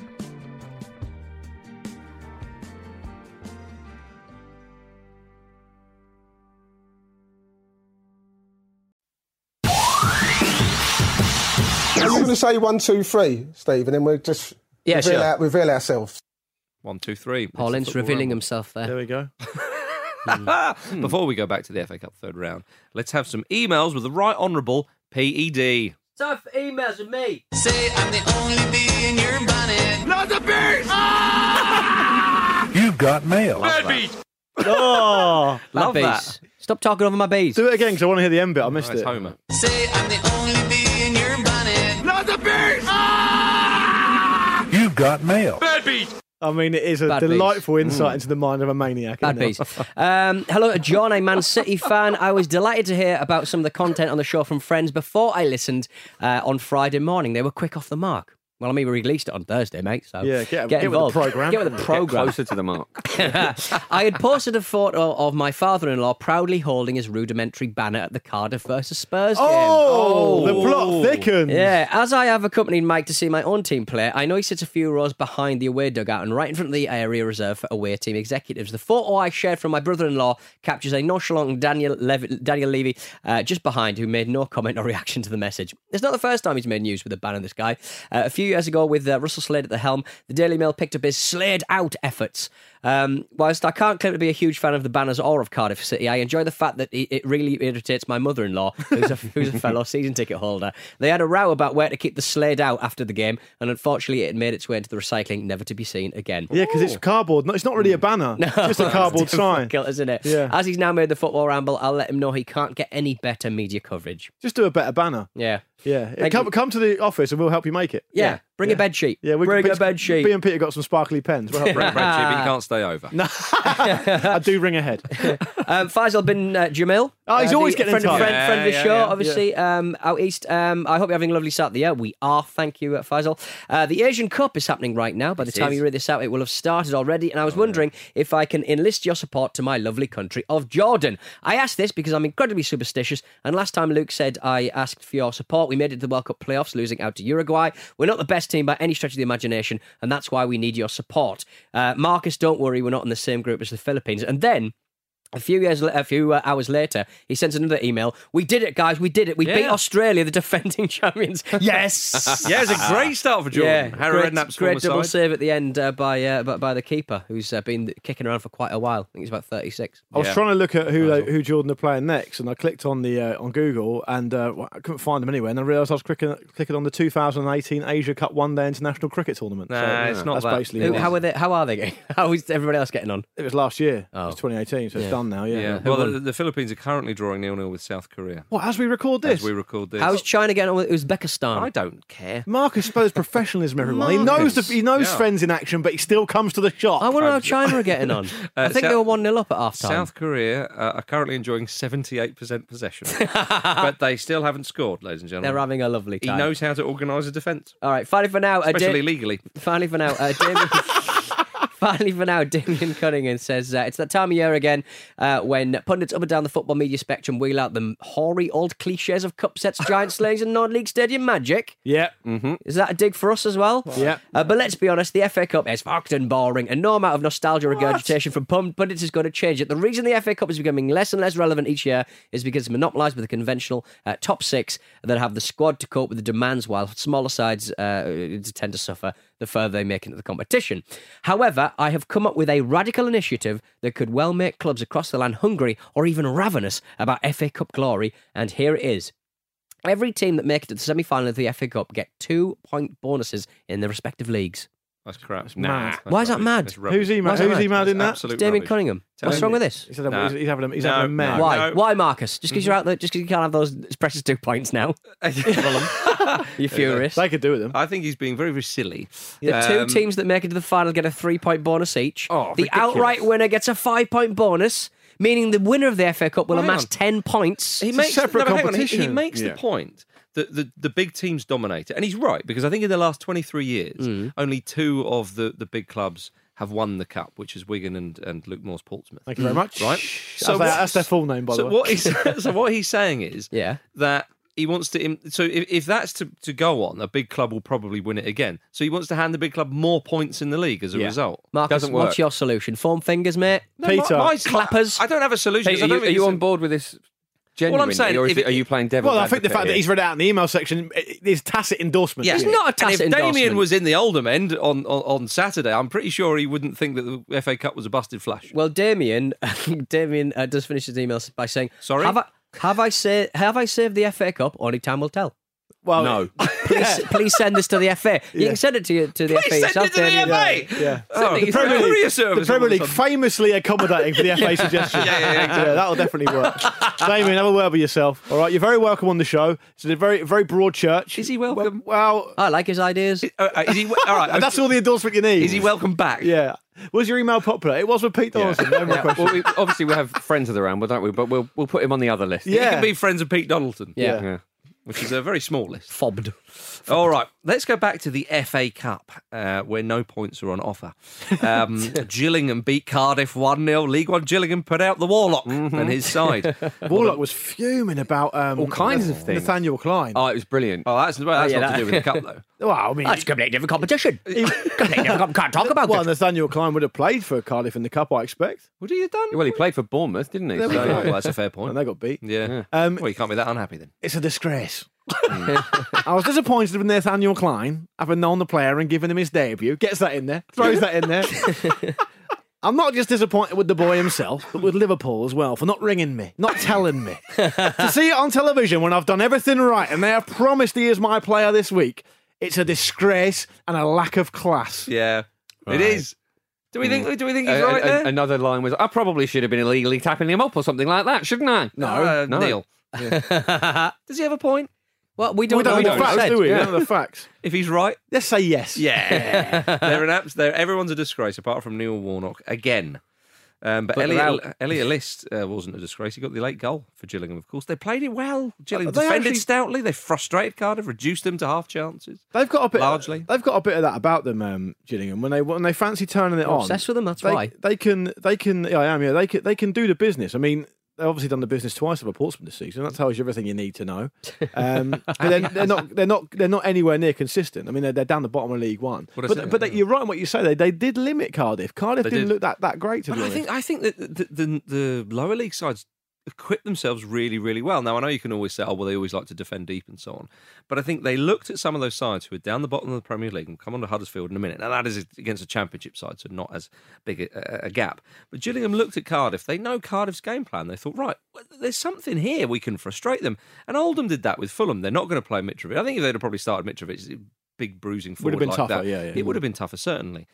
Are you going to say one, two, three, Steve, and then we'll just
Yeah,
reveal,
sure.
our- reveal ourselves?
One, two, three. It's
Paul
the
Ince
football
revealing
ramble.
himself there.
There we go.
Hmm. Before we go back to the FA Cup third round, let's have some emails with the right honourable E PED.
Tough emails with me.
Say I'm the only bee in your bonnet.
Oh,
[LAUGHS]
Love
bees.
that.
Stop talking over my bees.
do it again because I want to hear the end bit. I missed
Nice
it.
Homer.
Say I'm the only bee in your bonnet.
I mean, it is a
Bad beats.
delightful insight into the mind of a maniac.
Bad
isn't it?
bees. Um, hello to John, a Man City fan. I was delighted to hear about some of the content on the show from friends before I listened uh, on Friday morning. They were quick off the mark. Well, I mean, we released it on Thursday, mate. So
Yeah, get- get with the
involved.
programme.
Get with the
Get
program. [LAUGHS]
[LAUGHS]
[LAUGHS]
Closer to the mark.
I had posted a photo of my father-in-law proudly holding his rudimentary banner at the Cardiff versus Spurs game.
Oh, the plot thickens.
Yeah, as I have accompanied Mike to see my own team play, I know he sits a few rows behind the away dugout and right in front of the area reserved for away team executives. The photo I shared from my brother-in-law captures a nonchalant Daniel, Levy, Daniel Levy uh, just behind, who made no comment or reaction to the message. It's not the first time he's made news with a ban on this guy. Uh, a few years ago, with uh, Russell Slade at the helm, the Daily Mail picked up his Slade out efforts. Um, whilst I can't claim to be a huge fan of the banners or of Cardiff City, I enjoy the fact that it it really irritates my mother-in-law, who's a, [LAUGHS] who's a fellow season ticket holder. They had a row about where to keep the Slade out after the game, and unfortunately, it had made its way into the recycling, never to be seen again.
Yeah, because it's cardboard. No, It's not
Mm.
really a
[LAUGHS]
banner. No, it's just a cardboard sign.
Difficult, isn't it?
Yeah.
As he's now made the football ramble, I'll let him know he can't get any better media coverage.
Just do a better banner.
Yeah.
Yeah,
Thank
come,
you.
come to the office and we'll help you make it.
Yeah. Bring a bed sheet.
Yeah, we
bring
Pete's-
a bed sheet.
Me and Peter got some sparkly pens.
[LAUGHS]
We'll help
Brad,
Brad.
Brad, Jim, but you can't stay over. No.
I do ring
[LAUGHS]
ahead.
Um, Faisal bin uh, Jamil.
Oh, he's
Uh,
always
the
getting in
friend,
touch.
Friend,
Yeah,
friend of the
yeah,
show,
yeah.
obviously, um, out east. Um, I hope you're having a lovely Saturday. Yeah, we are. Thank you, uh, Faisal. Uh, the Asian Cup is happening right now. By the time
is. Oh,
you read this out, it will have started already. And I was wondering if I can enlist your support to my lovely country of Jordan. I asked this because I'm incredibly superstitious. And last time Luke said I asked for your support, we made it to the World Cup playoffs, losing out to Uruguay. We're not the best team by any stretch of the imagination, and that's why we need your support. Uh, Marcus, don't worry, we're not in the same group as the Philippines. And then. A few years, a few uh, hours later, he sends another email. We did it, guys. We did it. We beat
Yeah.
Australia, the defending [LAUGHS] champions.
[LAUGHS]
Yes.
Yeah, it's a great start for Jordan. Harry
great,
Redknapp's former
great double
side.
save at the end uh, by, uh, by by the keeper, who's uh, been kicking around for quite a while. I think he's about thirty-six.
I was
Yeah.
trying to look at who they, who Jordan are playing next, and I clicked on the uh, on Google, and uh, well, I couldn't find them anywhere. And I realised I was clicking, clicking on the 2018 Asia Cup One Day International Cricket Tournament.
Nah, it's not
that's
that.
basically
Who,
what
how
it,
are they? How are they? Getting, [LAUGHS] how is everybody else getting on?
is. it was last year.
Oh.
It was 2018, so it's done now. Yeah.
Yeah. Well, the, the Philippines are currently drawing nil nil with South Korea
What as we record this?
as we record this.
How's China getting on with Uzbekistan?
I don't care.
Marcus shows professionalism, everyone. He knows
Marcus.
the, he knows
Yeah.
Sven's in action, but he still comes to the shot.
I wonder
[LAUGHS]
how China are getting on. I think they
Uh, South-
were one 0 up at half time.
South Korea uh, are currently enjoying 78% possession, [LAUGHS] but they still haven't scored, ladies and gentlemen.
They're having a lovely
he
time.
knows how to organise a defence,
All right, finally for now, a
especially
day-
legally.
Finally, for now, uh, Damien. [LAUGHS] Finally, for now, Damien Cunningham says uh, it's that time of year again uh, when pundits up and down the football media spectrum wheel out the hoary old cliches of cup sets, giant slays, and non-league stadium magic.
Yeah.
Mm-hmm.
Is that a dig for us as well?
Yeah.
Uh, but let's be honest, the FA Cup is fucked and boring, and no amount of nostalgia regurgitation from pun- pundits is going to change it. The reason the FA Cup is becoming less and less relevant each year is because it's monopolised by the conventional uh, top six that have the squad to cope with the demands, while smaller sides uh, tend to suffer the further they make into the competition. However, I have come up with a radical initiative that could well make clubs across the land hungry or even ravenous about FA Cup glory, and here it is. Every team that make it to the semi final of the FA Cup get two point bonuses in their respective leagues.
That's crap.
mad.
That's
Why is that
rubbish.
mad?
That's rubbish.
Who's he?
Why's
Who's
that
he
mad?
mad in that?
That's absolute
Damien
rubbish.
Cunningham.
Tell
What's
him
wrong with
it.
this?
He's having,
Nah.
he's, he's having a, he's
No,
having a mare.
no. Mm-hmm. [LAUGHS]
Why? Why, Marcus? Just because you're out there, just because you can't have those precious two points now. you're furious.
They could do with him.
I think he's being very, very silly.
the
Um,
two teams that make it to the final get a three point bonus each.
Oh,
the
ridiculous.
outright winner gets a five point bonus, meaning the winner of the FA Cup will
Well, hang
amass
on.
10 points.
He
a
makes
separate
no, but hang on, he- He,
competition.
makes
Yeah.
the point that the, the big teams dominate it, and he's right because I think in the last twenty three years, only two of the, the big clubs have won the cup, which is Wigan and, and Luke Moore's Portsmouth.
Thank you very much.
Right.
So
what-
that's, that's their full name, by
so
the way.
what he's, [LAUGHS] so what he's saying is
Yeah.
that he wants to. im- So if, if that's to, to go on, a big club will probably win it again. So he wants to hand the big club more points in the league as a result.
Marcus,
Doesn't work.
what's your solution? Form fingers, mate.
Peter.
My- my-
Clappers.
I don't have a solution. 'cause
are
I don't
you,
think it's-
on board with this? Genuinely,
Well, I'm saying
or is
if
it-
it-
are you playing devil?
well, I think the fact that he's read out in the email section i- i- is tacit endorsement.
Yeah.
It's not a tacit
and if
endorsement.
Damien was in the Oldham end on, on, on Saturday, I'm pretty sure he wouldn't think that the FA Cup was a busted flash.
Well, Damien, [LAUGHS] Damien uh, does finish his email by saying,
Sorry?
have I, have I sa- have I saved the FA Cup? Only time will tell."
Well, [LAUGHS]
no.
Please, please send this to the FA. You can send it to you, to the FA
Please send
yourself,
it to the
Damien.
FA.
Yeah.
Oh, the Premier League,
The Premier League famously accommodating for the FA suggestion.
[LAUGHS] Yeah, yeah, yeah, exactly.
that'll
[LAUGHS]
definitely work. Damien, have a word with yourself. All right, you're very welcome on the show. It's a very, very broad church.
Is he welcome?
Well,
I like his ideas.
Uh, uh, is he, all [LAUGHS] right,
that's all the endorsement you need.
Is he welcome back?
Yeah. Was your email popular? It was with Pete
[LAUGHS]
Donaldson. No more question.
well, we, obviously we have friends of the ramble, don't we? But we'll we'll put him on the other list.
He
Yeah.
can be friends with Pete Donaldson.
Yeah.
Yeah.
which is a very small list.
Fobbed.
All right, let's go back to the FA Cup, uh, where no points are on offer. [LAUGHS] Um, Gillingham beat Cardiff 1 0. League One Gillingham put out the Warlock and his [LAUGHS] side.
Warlock was fuming about um,
All kinds of things.
Nathaniel Klein.
Oh, it was brilliant.
Oh, that's, well, that's
yeah,
not
that-
to do
[LAUGHS]
with the [LAUGHS] cup, though.
well, I mean,
That's a completely different competition. completely different comp- Can't talk about
well,
it.
Nathaniel Klein would have played for Cardiff in the cup, I expect,
What have you done?
Well, he played for Bournemouth, didn't he?
There we
So-
go.
well, that's a fair point.
and they got beat.
Yeah.
Um,
well, you can't be that unhappy then.
It's a disgrace.
Mm.
[LAUGHS] I was disappointed with Nathaniel Klein, having known the player and given him his debut. Gets that in there, throws that in there.
[LAUGHS]
I'm not just disappointed with the boy himself, but with Liverpool as well for not ringing me, not telling me. to see it on television when I've done everything right and they have promised he is my player this week, it's a disgrace and a lack of class.
Yeah. It is. Do we think? Do we think he's
A- a-
right
a-
there?
another line was, I probably should have been illegally tapping him up or something like that, shouldn't I?
Uh, Neil. Does he have a point?
Well, we don't,
We don't know
know what
the
we
facts,
said.
do we?
yeah.
We don't know the facts.
If he's right,
Let's say yes.
Yeah, they're an abs- they're everyone's a disgrace apart from Neil Warnock again. Um, but,
But
Elliot,
without-
Elliot List uh, wasn't a disgrace. He got the late goal for Gillingham, of course. They played it well. Gillingham
They
defended
actually-
stoutly. They frustrated Cardiff, reduced them to half chances.
They've got a bit.
Largely.
they've got a bit of that about them, um, Gillingham. When they when they fancy turning it
You're
on,
obsessed with them, that's
they,
why.
they can. They can. Yeah, I am. Yeah, they can. They can do the business. I mean, they've obviously done the business twice over Portsmouth this season. That tells you everything you need to know.
[LAUGHS]
Um, but they're, they're not. They're not. They're not anywhere near consistent. I mean, they're, they're down the bottom of League One.
What I
but
said,
but they,
yeah.
you're right in what you say. They they did limit Cardiff. Cardiff
They
didn't
did.
look that that great to
But
be
I
honest.
think I think that the, the, the lower league sides equip themselves really, really well. Now I know you can always say, oh well, they always like to defend deep and so on, but I think they looked at some of those sides who are down the bottom of the Premier League and come on to Huddersfield in a minute. Now that is against a Championship side, so not as big a, a gap. But Gillingham looked at Cardiff. They know Cardiff's game plan. They thought, right, well, there's something here we can frustrate them. And Oldham did that with Fulham. They're not going to play Mitrovic. I think if they'd have probably started Mitrovic, big bruising
Would
forward
have been
like
tougher,
that,
yeah, yeah,
it
yeah.
would have been tougher certainly.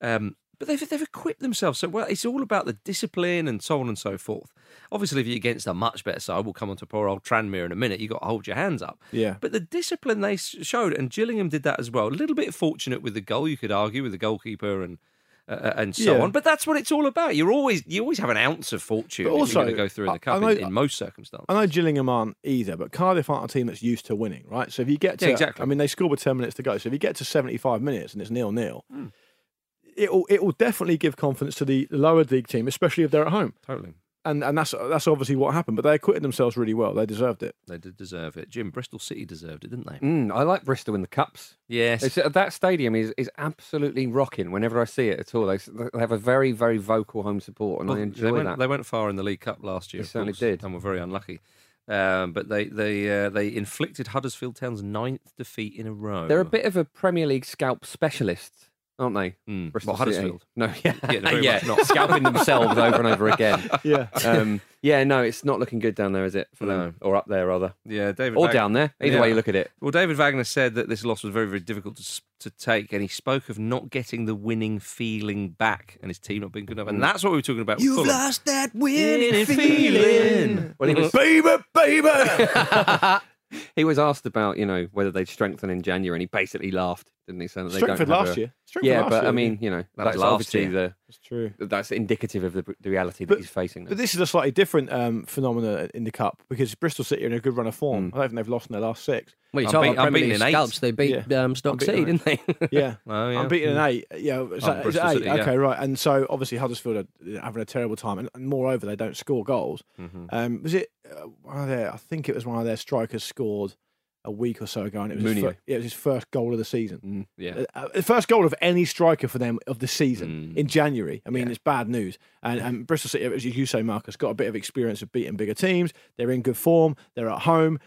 Um, but they've, they've equipped themselves so well. It's all about the discipline and so on and so forth. Obviously, if you're against a much better side, we'll come on to poor old Tranmere in a minute. You've got to hold your hands up.
Yeah.
But the discipline they s- showed, and Gillingham did that as well. A little bit fortunate with the goal, you could argue, with the goalkeeper and uh, and so
Yeah.
on. But that's what it's all about. You're always you always have an ounce of fortune
But
if
also,
you're going to go through in the
I- I
cup in,
know-
in most circumstances.
I know Gillingham aren't either, but Cardiff aren't a team that's used to winning, right? So if you get to,
Yeah, exactly.
I mean, they score with ten minutes to go. So if you get to seventy-five minutes and it's nil-nil,
Hmm.
it will it will definitely give confidence to the lower league team, especially if they're at home.
totally.
And and that's that's obviously what happened. But they acquitted themselves really well. They deserved it.
They did deserve it. Jim, Bristol City deserved it, didn't they?
Mm, I like Bristol in the cups.
Yes.
[LAUGHS]
It's, uh, that stadium is, is absolutely rocking whenever I see it at all. They, s- they have a very, very vocal home support, and
Well,
I
they
enjoy
went,
that.
They went far in the League Cup last year.
They
of
certainly
course,
did.
and were very unlucky. Um, but they they uh, they inflicted Huddersfield Town's ninth defeat in a row.
They're a bit of a Premier League scalp specialist, aren't they?
Mm.
Bristol
Well,
City.
Huddersfield.
[LAUGHS] No, yeah,
[LAUGHS] Yeah, they're very much not.
scalping
[LAUGHS]
themselves over and over [LAUGHS] again.
[LAUGHS] Yeah.
Um, yeah, no, it's not looking good down there, is it? For
No.
them, or up there rather,
yeah, David
or
Wagner-
down there. Either
Yeah.
way you look at it.
Well, David Wagner said that this loss was very very difficult to, s- to take, and he spoke of not getting the winning feeling back, and his team not being good
Mm.
enough. And that's what we were talking about. with
You've
Fulham.
lost that winning
feeling.
feeling.
Well, he was
baby, baby.
he was asked about you know whether they'd strengthen in January, and he basically laughed, didn't he? Saying that they don't
Strengthened
have
last
a-
year. Strengthened
Yeah,
last
but I
year.
mean, you know,
That
that's
was last
obviously the
it's true.
that's indicative of the, the reality that
But-
he's facing.
But this is a slightly different um, phenomena in the cup because Bristol City are in a good run of form.
Hmm.
I don't think they've lost in their last six.
Well, you're
I'm
talking
beat-
about
I'm
Premier
beating
League
an eight.
scalps. They beat um, Stoke
beating
City,
an
didn't they?
[LAUGHS]
Yeah.
Oh, [LAUGHS] yeah.
I'm beating an eight. uh, Yeah, is
Oh,
that, is it
Bristol
eight?
City, yeah.
Okay, right. And so obviously Huddersfield are having a terrible time, and, and moreover they don't score goals.
Mm-hmm.
Um, was it uh, one of their? I think it was one of their strikers scored a week or so ago, and it was his
Mourinho.
fir- yeah, it was his first goal of the season.
Mm, yeah.
Uh, the first goal of any striker for them of the season
Mm.
in January. I mean, it's bad news. And, and Bristol City, as you say, Marcus, got a bit of experience of beating bigger teams. They're in good form. They're at home.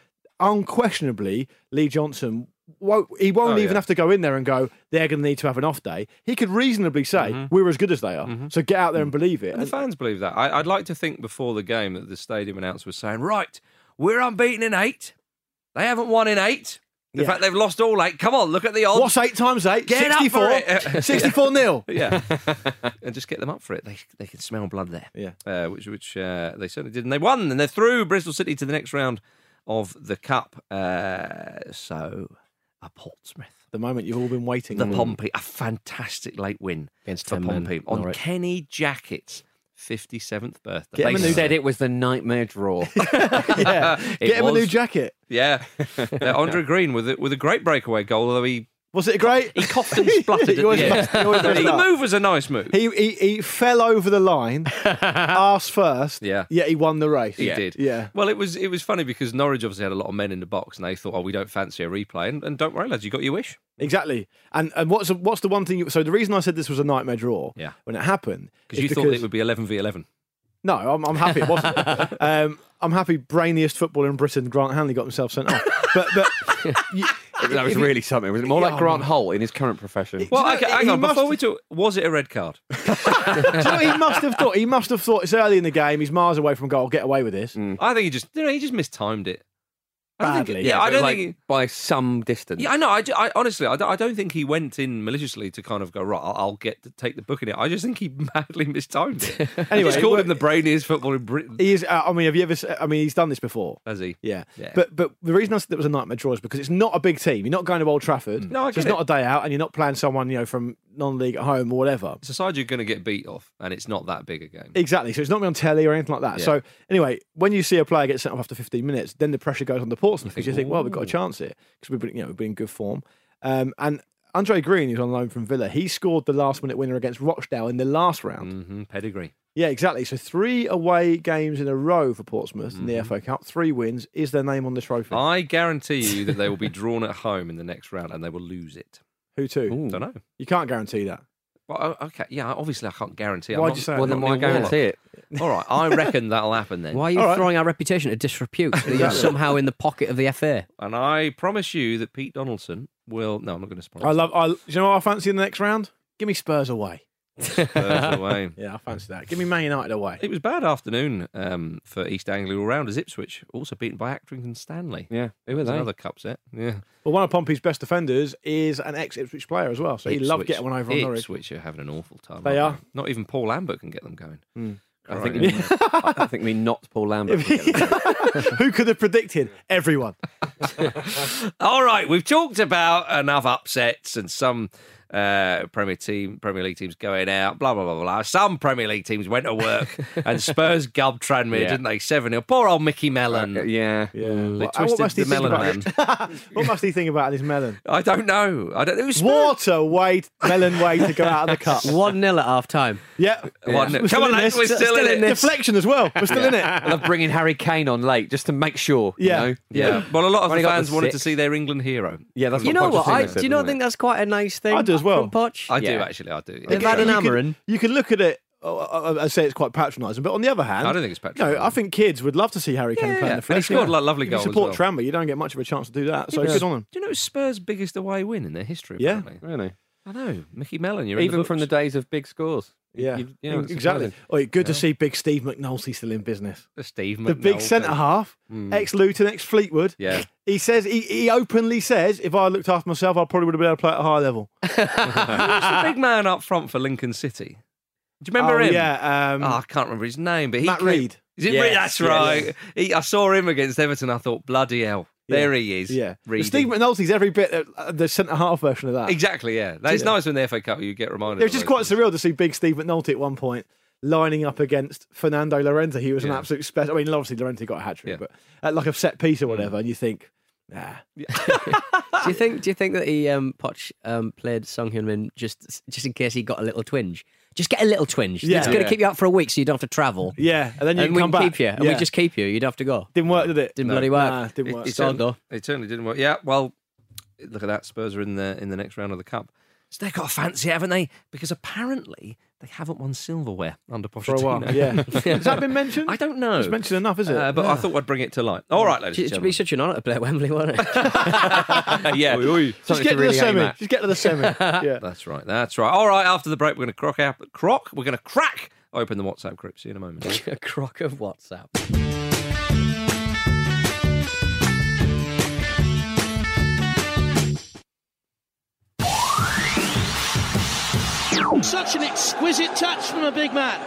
Unquestionably, Lee Johnson. Won't, he won't
Oh,
even
yeah.
have to go in there and go. They're going to need to have an off day. He could reasonably say we're as good as they are. So get out there and believe it.
Mm-hmm. Mm. And the
And-
fans believe that. I, I'd like to think before the game that the stadium announcer was saying, right, we're unbeaten in eight. They haven't won in eight. In
Yeah.
fact, they've lost all eight. Come on, look at the odds.
What's eight times eight?
Get up for
64.
it. [LAUGHS]
64 nil. [LAUGHS]
yeah, and just get them up for it. They they can smell blood there.
Yeah.
uh, which which uh, they certainly did, and they won, and they're through Bristol City to the next round of the cup. Uh, so a Portsmouth,
The moment you've all been waiting.
the
for.
Pompey, a fantastic late win
Against
for
10 men,
Pompey on
Norwich.
Kenny Jackets. 57th birthday.
Get
They
him a new-
said it was the nightmare draw. [LAUGHS]
yeah.
It
Get him a new
was-
jacket. [LAUGHS]
Yeah, Uh, Andre Green with a, with a great breakaway goal, although
[LAUGHS]
he
Was it great?
he coughed and spluttered. at
[LAUGHS] He
the
always
end.
must- he always must
the
up.
move was a nice move.
He, he he fell over the
[LAUGHS]
line, ass first.
Yeah.
Yet he won the race.
He did.
Yeah.
Well, it was it was funny because Norwich obviously had a lot of men in the box, and they thought, "Oh, we don't fancy a replay." And, and don't worry, lads, you got your wish.
Exactly. And and what's what's the one thing? You, so the reason I said this was a nightmare draw.
Yeah.
When it happened,
Because you
is
thought it would be eleven v eleven.
No, I'm, I'm happy it wasn't.
[LAUGHS]
um, I'm happy. Brainiest footballer in Britain, Grant Hanley, got himself sent off. But
[LAUGHS]
but you-
that was
if you-
really something. wasn't It more like
Yeah.
Grant Holt in his current profession.
Well,
know,
okay,
he-
hang
he
on.
must-
Before we talk, was it a red card?
do you know what he must have thought. He must have thought it's early in the game. He's miles away from goal. Get away with this.
I think he just you know, he just mistimed it. Mm. I don't think-
Badly.
yeah, I
but
don't
like,
think.
by some distance.
Yeah, I know. I, ju- I honestly, I don't, I don't think he went in maliciously to kind of go right. I'll, I'll get to take the book in it. I just think he [LAUGHS] madly mistimed
[LAUGHS]
it. anyway,
Anyway,
just called
well-
him the brainiest footballer in Britain.
He is. Uh, I mean, have you ever? s- I mean, he's done this before.
Has he?
Yeah.
Yeah.
But but the reason I said it was a nightmare draw is because it's not a big team. You're not going to Old Trafford.
No, I
so it's
get
not a day out, and you're not playing someone you know from non-league at home or whatever.
It's a side you're going to get beat off, and it's not that big a game.
Exactly. So it's not going to be on telly or anything like that.
Yeah.
So anyway, when you see a player get sent off after 15 minutes, then the pressure goes on the Portsmouth because you think, well, we've got a chance here because we've been, you know, we've been in good form. Um, and Andre Green, who's on loan from Villa, he scored the last minute winner against Rochdale in the last round.
hmm pedigree.
Yeah, exactly. So three away games in a row for Portsmouth in the FA Cup. Three wins is their name on the trophy.
Mm-hmm. I guarantee you that they will be drawn at home in the next round, and they will lose it.
Who to?
Don't know.
You can't guarantee that.
Well, o- okay, yeah. Obviously, I can't guarantee. it.
Why'd
I'm
you say
not-
that?
well, then
I'm not
why
Neil Warnock.
guarantee it?
All right,
[LAUGHS]
I reckon that'll happen then.
Why are
[LAUGHS]
you
All right.
throwing our reputation into
[LAUGHS]
disrepute? That You're
Exactly.
somehow in the pocket of the FA.
[LAUGHS]
And I promise you that Pete Donaldson will. No, I'm not going to sponsor.
I love. I, do you know what I fancy in the next round? Give me Spurs away.
Spurs away.
Yeah, I fancy that. Give me Man United away.
It was bad afternoon um, for East Anglia all round as Ipswich, also beaten by Accrington Stanley.
Yeah, who were
There's [LAUGHS]
they?
another cup set. Yeah,
Well, one of Pompey's best defenders is an ex Ipswich player as well, so he loved
Ipswich-
getting one over on Norwich.
Ipswich are having an awful time.
They
aren't Not even Paul Lambert can get them going.
I think,
Crikey.
we, I think we not Paul Lambert.
[LAUGHS] Who could have predicted?
[LAUGHS]
Everyone.
[LAUGHS] All right, we've talked about enough upsets and some uh, Premier team, Premier League teams going out. Blah blah blah blah. Some Premier League teams went to work, and Spurs gubbed Tranmere,
Yeah. Uh,
didn't they? Seven 0 Poor old Mickey Mellon.
yeah.
Yeah.
They
What,
twisted
must he
the
think
melon
about it? [LAUGHS] what must he think about his melon?
I don't know. I don't. It was Spurs.
Water way, melon way to go out of
[LAUGHS]
the cup.
One 0 at half time.
Yeah.
One-
We're
Come
still
on,
in
lads,
this.
we're still, in, it.
Deflection as well. We're still in
I
it.
love bringing Harry Kane on late just to make sure. you
Yeah.
know?
Yeah. Well, a lot of
Only got
fans
the
wanted
six.
to see their England hero.
Yeah, that's
You
what
know
Pochettino
what? I,
said,
do you not
wasn't
think
it?
that's quite a nice thing?
I do as well.
From Poch?
I do
Yeah.
actually. I do.
They've had an
You could-
Amarin.
You can look at it. oh, I I- I say it's quite patronising, but on the other hand,
I don't think it's
No,
patronising.
I think kids would love to see Harry Kane
Yeah,
playing
they
the flesh.
scored a lovely
If
goal
You
as
support
well.
Tranmere, you don't get much of a chance to do that. So
Yeah.
good on them.
Do you know it's Spurs' biggest away win in their history?
Yeah.
Apparently?
Really?
I know. Mickey Mellon. You're in
Even from the
books.
days of big scores. You-
Yeah,
you- you know, it's
exactly.
surprising.
Oh, good to see big Steve McNulty still in business.
Steve
The big
McNulty. Hmm.
centre half, ex Luton, ex Fleetwood.
Yeah.
He says he, he openly says if I looked after myself, I probably would have been able to play at a higher level.
Who's the big man up front for Lincoln City? Do you remember
Oh,
him?
Yeah, um,
Oh, I can't remember his name, but he
Matt
came-
Reed.
Is it
Yes,
Reed? That's
yes.
right. He, I saw him against Everton. I thought, bloody hell, there he is.
Yeah, But
Reedy.
Steve McNulty's every bit of, uh, the centre half version of that.
Exactly. Yeah, that's nice when the FA Cup you get reminded.
It was
of
just
those
quite
things.
surreal to see big Steve McNulty at one point lining up against Fernando Llorente. He was an
Yeah.
absolute special. I mean, obviously Llorente got a hat trick,
Yeah.
but uh, like a set piece or whatever, and you think, nah,
do you think? Do you think that he um, Poch um, played Song Hyun Min just just in case he got a little twinge? Just get a little twinge.
Yeah.
It's going
Yeah.
to keep you out for a week, so you don't have to travel.
yeah, and then you
and
can
we
come
can
back.
keep you, and we
Yeah.
just keep you. You'd have to go.
didn't work, did it?
Didn't bloody work.
Nah, didn't work.
It
Sodor.
certainly, it certainly didn't work. Yeah, well, look at that. Spurs are in the in the next round of the cup. So they've got a fancy, haven't they? Because apparently they haven't won silverware under Pochettino.
for a while.
[LAUGHS]
[LAUGHS] Yeah. Has that been mentioned?
I don't know.
It's mentioned enough, is it?
Uh, but I
Yeah.
thought I'd bring it to light. All right,
It'd
ladies and
it'd be
gentlemen.
such an honour to play at Wembley, wouldn't it?
[LAUGHS]
[LAUGHS]
yeah.
Just
Something
get
to
to
really
the
aim
semi.
at.
Just get to the
[LAUGHS]
semi. Yeah.
That's right. That's right. All right. After the break, we're going to crock out. Crock. We're going to crack open the WhatsApp group. See you in a moment.
[LAUGHS]
a crock of WhatsApp.
Such an exquisite touch from a big man.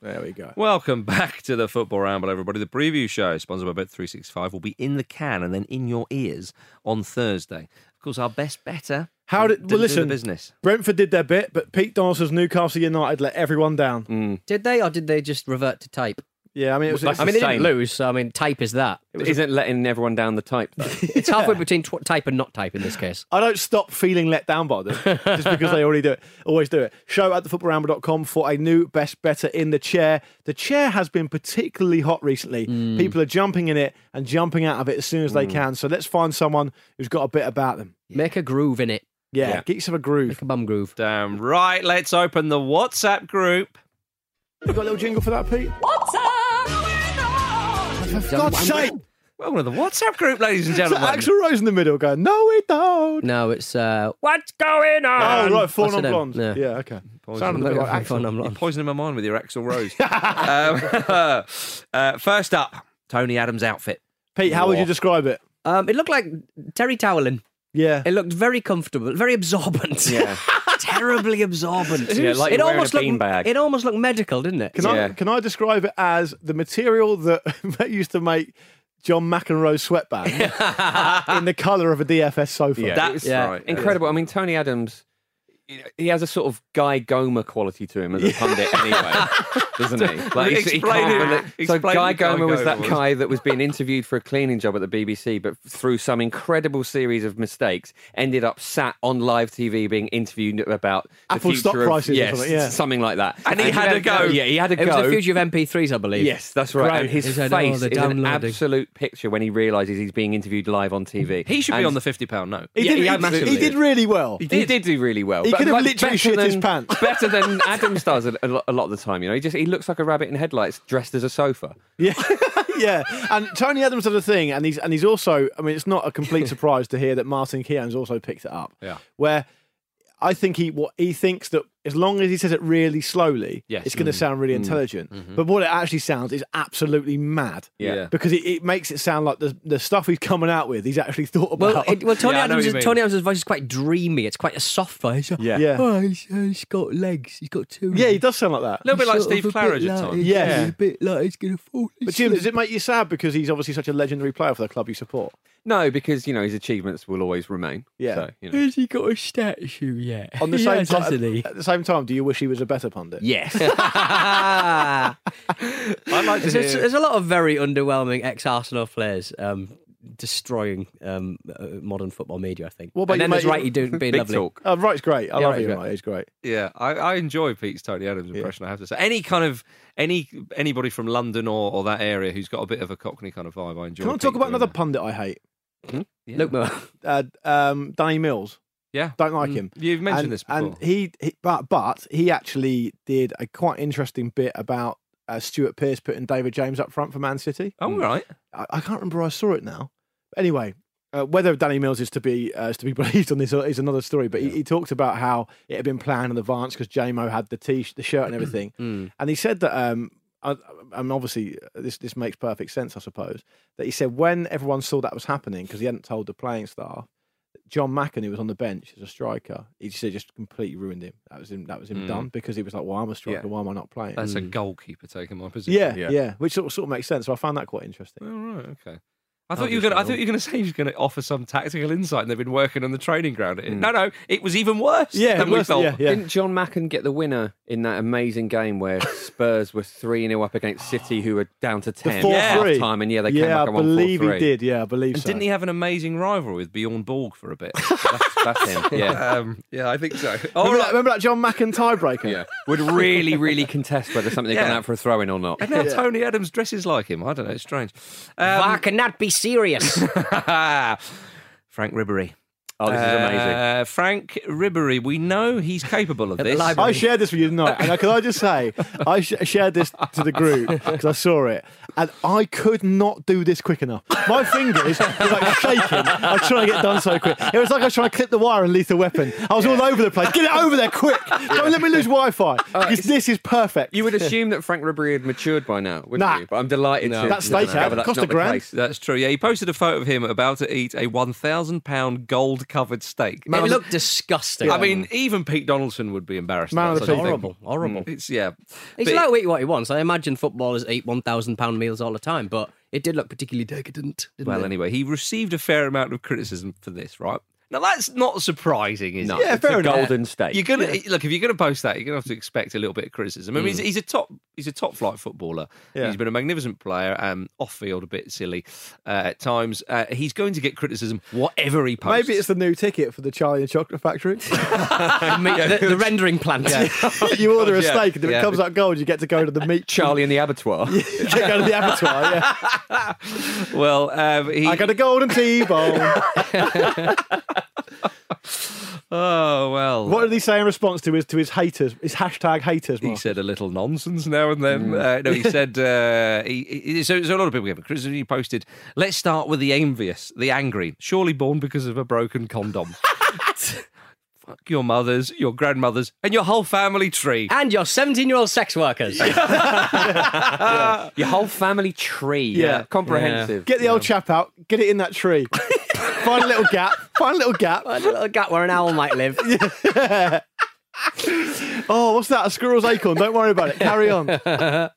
There we go.
Welcome back to the Football Ramble, everybody. The preview show, sponsored by Bet365, will be in the can and then in your ears on Thursday. Of course, our best better
How did,
do
well,
the
listen,
business.
Brentford did their bit, but Pete Donaldson's Newcastle United let everyone down.
Did they, or did they just revert to type?
Yeah, I mean, it was,
That's
I
I mean,
mean,
the
they didn't
same.
lose, so I mean, type is that.
Isn't letting everyone down the type though.
It's halfway between tw- type and not type in this case.
I don't stop feeling let down by them just because they already do it. Always do it. Show at thefootballramble.com for a new best better in the chair. The chair has been particularly hot recently. People are jumping in it and jumping out of it as soon as they can. So let's find someone who's got a bit about them.
Make a groove in it.
Yeah,
Yeah.
geeks have a groove.
Make a bum groove.
Damn right. Let's open the WhatsApp group.
You got a little jingle for that, Pete? For God's sake!
[LAUGHS]
Welcome to the WhatsApp group,
[LAUGHS]
ladies and
So
gentlemen.
Axel Rose in the middle going, no, we don't.
No, um, it's uh, what's going on?
oh, right, four
What's
non
her name?
blonde.
No.
Yeah. okay. Sounded a bit
Maybe
like
I'm
Axel.
fine, I'm
You're
not.
poisoning my mind with your Axel Rose. [LAUGHS] um, [LAUGHS] uh, first up, Tony Adams' outfit.
Pete, how would you
Whoa.
describe it?
Um, it looked like Terry Toweling.
Yeah.
It looked very comfortable, very absorbent.
Yeah.
[LAUGHS] Terribly absorbent.
Yeah, like
it
you're wearing
almost
a
looked,
beanbag.
It almost looked medical, didn't it?
Can I
Yeah.
can I describe it as the material that [LAUGHS] that used to make John McEnroe's sweatband in the colour of a DFS sofa?
That's
Yeah.
right.
Incredible. I mean, Tony Adams, he has a sort of Guy Gomer quality to him as a pundit, anyway, doesn't he?
[LAUGHS] Explain it.
so
Explain
Guy
who Guy
Gomer was
Gomer
that
was.
guy that was being interviewed for a cleaning job at the BBC, but through some incredible series of mistakes, ended up sat on live TV being interviewed about the
Apple
future
stock
of-
prices or
yes,
something, yeah.
something like that.
And he had a go.
Yeah, he had a
It
go.
was the future of MP3s, I believe.
Yes, that's right.
Great.
And his
He
face
said, "Oh,
is
they're
an
downloading."
absolute picture when he realises he's being interviewed live on TV.
He should be
And
on the £50 note.
He,
Yeah,
did,
he had
he- he,
massively.
did really well.
He did. do really well.
He
but-
could have
but
literally
better
shit his
than-
pants.
[LAUGHS]
[LAUGHS]
Better than Adams does a, a lot- a lot of the time. You know, he just he looks like a rabbit in headlights, dressed as a sofa.
Yeah, [LAUGHS] yeah. And Tony Adams did a thing, and he's and he's also. I mean, it's not a complete surprise to hear that Martin Keown's also picked it up.
Yeah.
where. I think he what he thinks that as long as he says it really slowly,
Yes.
it's going to sound really intelligent. But what it actually sounds is absolutely mad.
Yeah. Yeah.
because it, it makes it sound like the the stuff he's coming out with, he's actually thought
[LAUGHS]
Well,
about.
it, well Tony,
Yeah, I know what
Adams,
you mean.
Tony Adams' voice is quite dreamy. It's quite a soft voice.
Yeah.
yeah,
Oh, he's, he's got legs. He's got two.
Yeah, he does sound like that.
A little bit like
Sort of
Steve
a bit
Claridge at
like-
times.
Yeah.
he's a bit like he's going to fall.
But Jim, does it make you sad because he's obviously such a legendary player for the club you support?
No, because you know his achievements will always remain.
Yeah.
So,
[LAUGHS]
you know.
Has he got a statue yet?
On the same
Yes, hasn't
time,
[LAUGHS] he?
at the same time, do you wish he was a better pundit?
Yes.
I
like to
there's,
hear-
there's a lot of very underwhelming ex-Arsenal players um, destroying um, uh, modern football media. I think.
What about
and
you,
then there's
mate?
right,
[LAUGHS]
you doing being
Big
lovely.
talk.
Oh, Wright's great. I
Yeah,
love
Wright's
him.
great.
Wright. He's great.
Yeah, I, I enjoy Pete's Tony Adams impression. I have to say, any kind of any anybody from London or, or that area who's got a bit of a Cockney kind of vibe, I enjoy.
Can I talk
Pete
about
doing
another
that.
pundit I hate?
Yeah.
Look, Mo,
Uh, um, Danny Mills.
yeah,
Don't like him.
Mm. You've mentioned
and,
this before.
And he, he- but but he actually did a quite interesting bit about uh, Stuart Pearce putting David James up front for Man City.
oh, all right.
I, I can't remember where I saw it now. But anyway, uh, whether Danny Mills is to be uh, is to be [LAUGHS] believed on this is another story. But he, he talked about how it had been planned in advance because JMO had the t the
[CLEARS THROAT]
shirt and everything,
Hmm.
and he said that. Um, I, and obviously, uh, this this makes perfect sense, I suppose. That he said when everyone saw that was happening because he hadn't told the playing staff. John Macken, who was on the bench as a striker, he just, it just completely ruined him. That was him. That was him done because he was like, "Well, I'm a striker. Why am I not playing?"
Hmm.
Mm.
That's a goalkeeper taking my position.
yeah, yeah, which sort of, sort of makes sense. So I found that quite interesting.
All Oh, right. Okay. I thought you were gonna. I thought you were gonna [LAUGHS] say you were gonna offer some tactical insight, and they've been working on the training ground. No, no, it was even worse.
Yeah,
than
it
we
was-
thought.
yeah, yeah.
Didn't John Macken get the winner in that amazing game
[LAUGHS]
where Spurs were 3 0 up against City, who were down to 10
The
at
four
Yeah.
three
time? And yeah, they came
yeah,
back
I
and won
believe
4-3.
he did. Yeah, I believe
And
so.
didn't he have an amazing rival with Bjorn Borg for a bit?
That's, that's him.
[LAUGHS]
Yeah.
um, yeah, I think so. [LAUGHS] All
Remember,
right.
that, remember that John Macken tiebreaker?
yeah. Would really, really contest whether something had
Yeah.
gone out for a throw in or not.
And now Tony Adams dresses like him. I don't know. It's strange.
I
Um,
cannot be serious.
[LAUGHS] Frank Ribery.
Oh, this is amazing.
Uh, Frank Ribery. We know he's capable of
At the
this.
library.
I shared this with you tonight, and can I just say, I sh- shared this to the group because I saw it, and I could not do this quick enough. My fingers were like shaking. I was trying to get it done so quick. It was like I was trying to clip the wire in Lethal Weapon. I was all over the place. Get it over there quick! Don't let me lose Wi-Fi because this is perfect. [LAUGHS]
You would assume that Frank Ribery had matured by now, wouldn't
Nah.
you? But I'm delighted to
That's
discover
later.
that's
Cost
not
a
the
grand.
case.
That's true. Yeah, he posted a photo of him about to eat a one thousand pound gold covered steak.
it looked disgusting.
I mean, even Pete Donaldson would be embarrassed.
Man
about
of the
such a
people.
thing.
horrible, horrible.
Mm.
It's yeah.
He's
But-
allowed to eat what he wants. I imagine footballers eat one thousand pound meals all the time, but it did look particularly decadent. Didn't
well,
it?
anyway, he received a fair amount of criticism for this, right? Now that's not surprising, is
No,
it?
Yeah,
it's
fair
a
enough.
golden state.
You're gonna look if you're gonna post that, you're gonna have to expect a little bit of criticism. I mean, he's, he's a top, he's a top flight footballer.
Mm. Yeah.
He's been a magnificent player, um, off field a bit silly uh, at times. Uh, he's going to get criticism, whatever he posts.
Maybe it's the new ticket for the Charlie and Chocolate Factory. [LAUGHS]
[LAUGHS]
the, meat- the- the rendering plant.
you order a
Yeah,
steak, and if
yeah.
it comes out gold, you get to go to the meat.
Charlie in
[LAUGHS]
the abattoir.
you get to go to the abattoir. Yeah.
well, um, he,
I got a golden T-bone.
oh well.
what did he say in response to his to his haters? His hashtag haters.
He
Mark?
said a little nonsense now and then.
Mm.
Uh,
[LAUGHS]
no, he said uh, he, he- so. So a lot of people gave him criticism. He posted, "Let's start with the envious, the angry, surely born because of a broken
[LAUGHS]
condom." Fuck your mothers, your grandmothers, and your whole family tree.
And your 17 year old sex workers.
Your whole family tree.
[LAUGHS]
Yeah.
Comprehensive.
Get the old chap out. Get it in that tree. find a little gap. Find a little gap.
a little gap where an owl might live.
Oh, what's that? A squirrel's acorn. Don't worry about it. Carry on.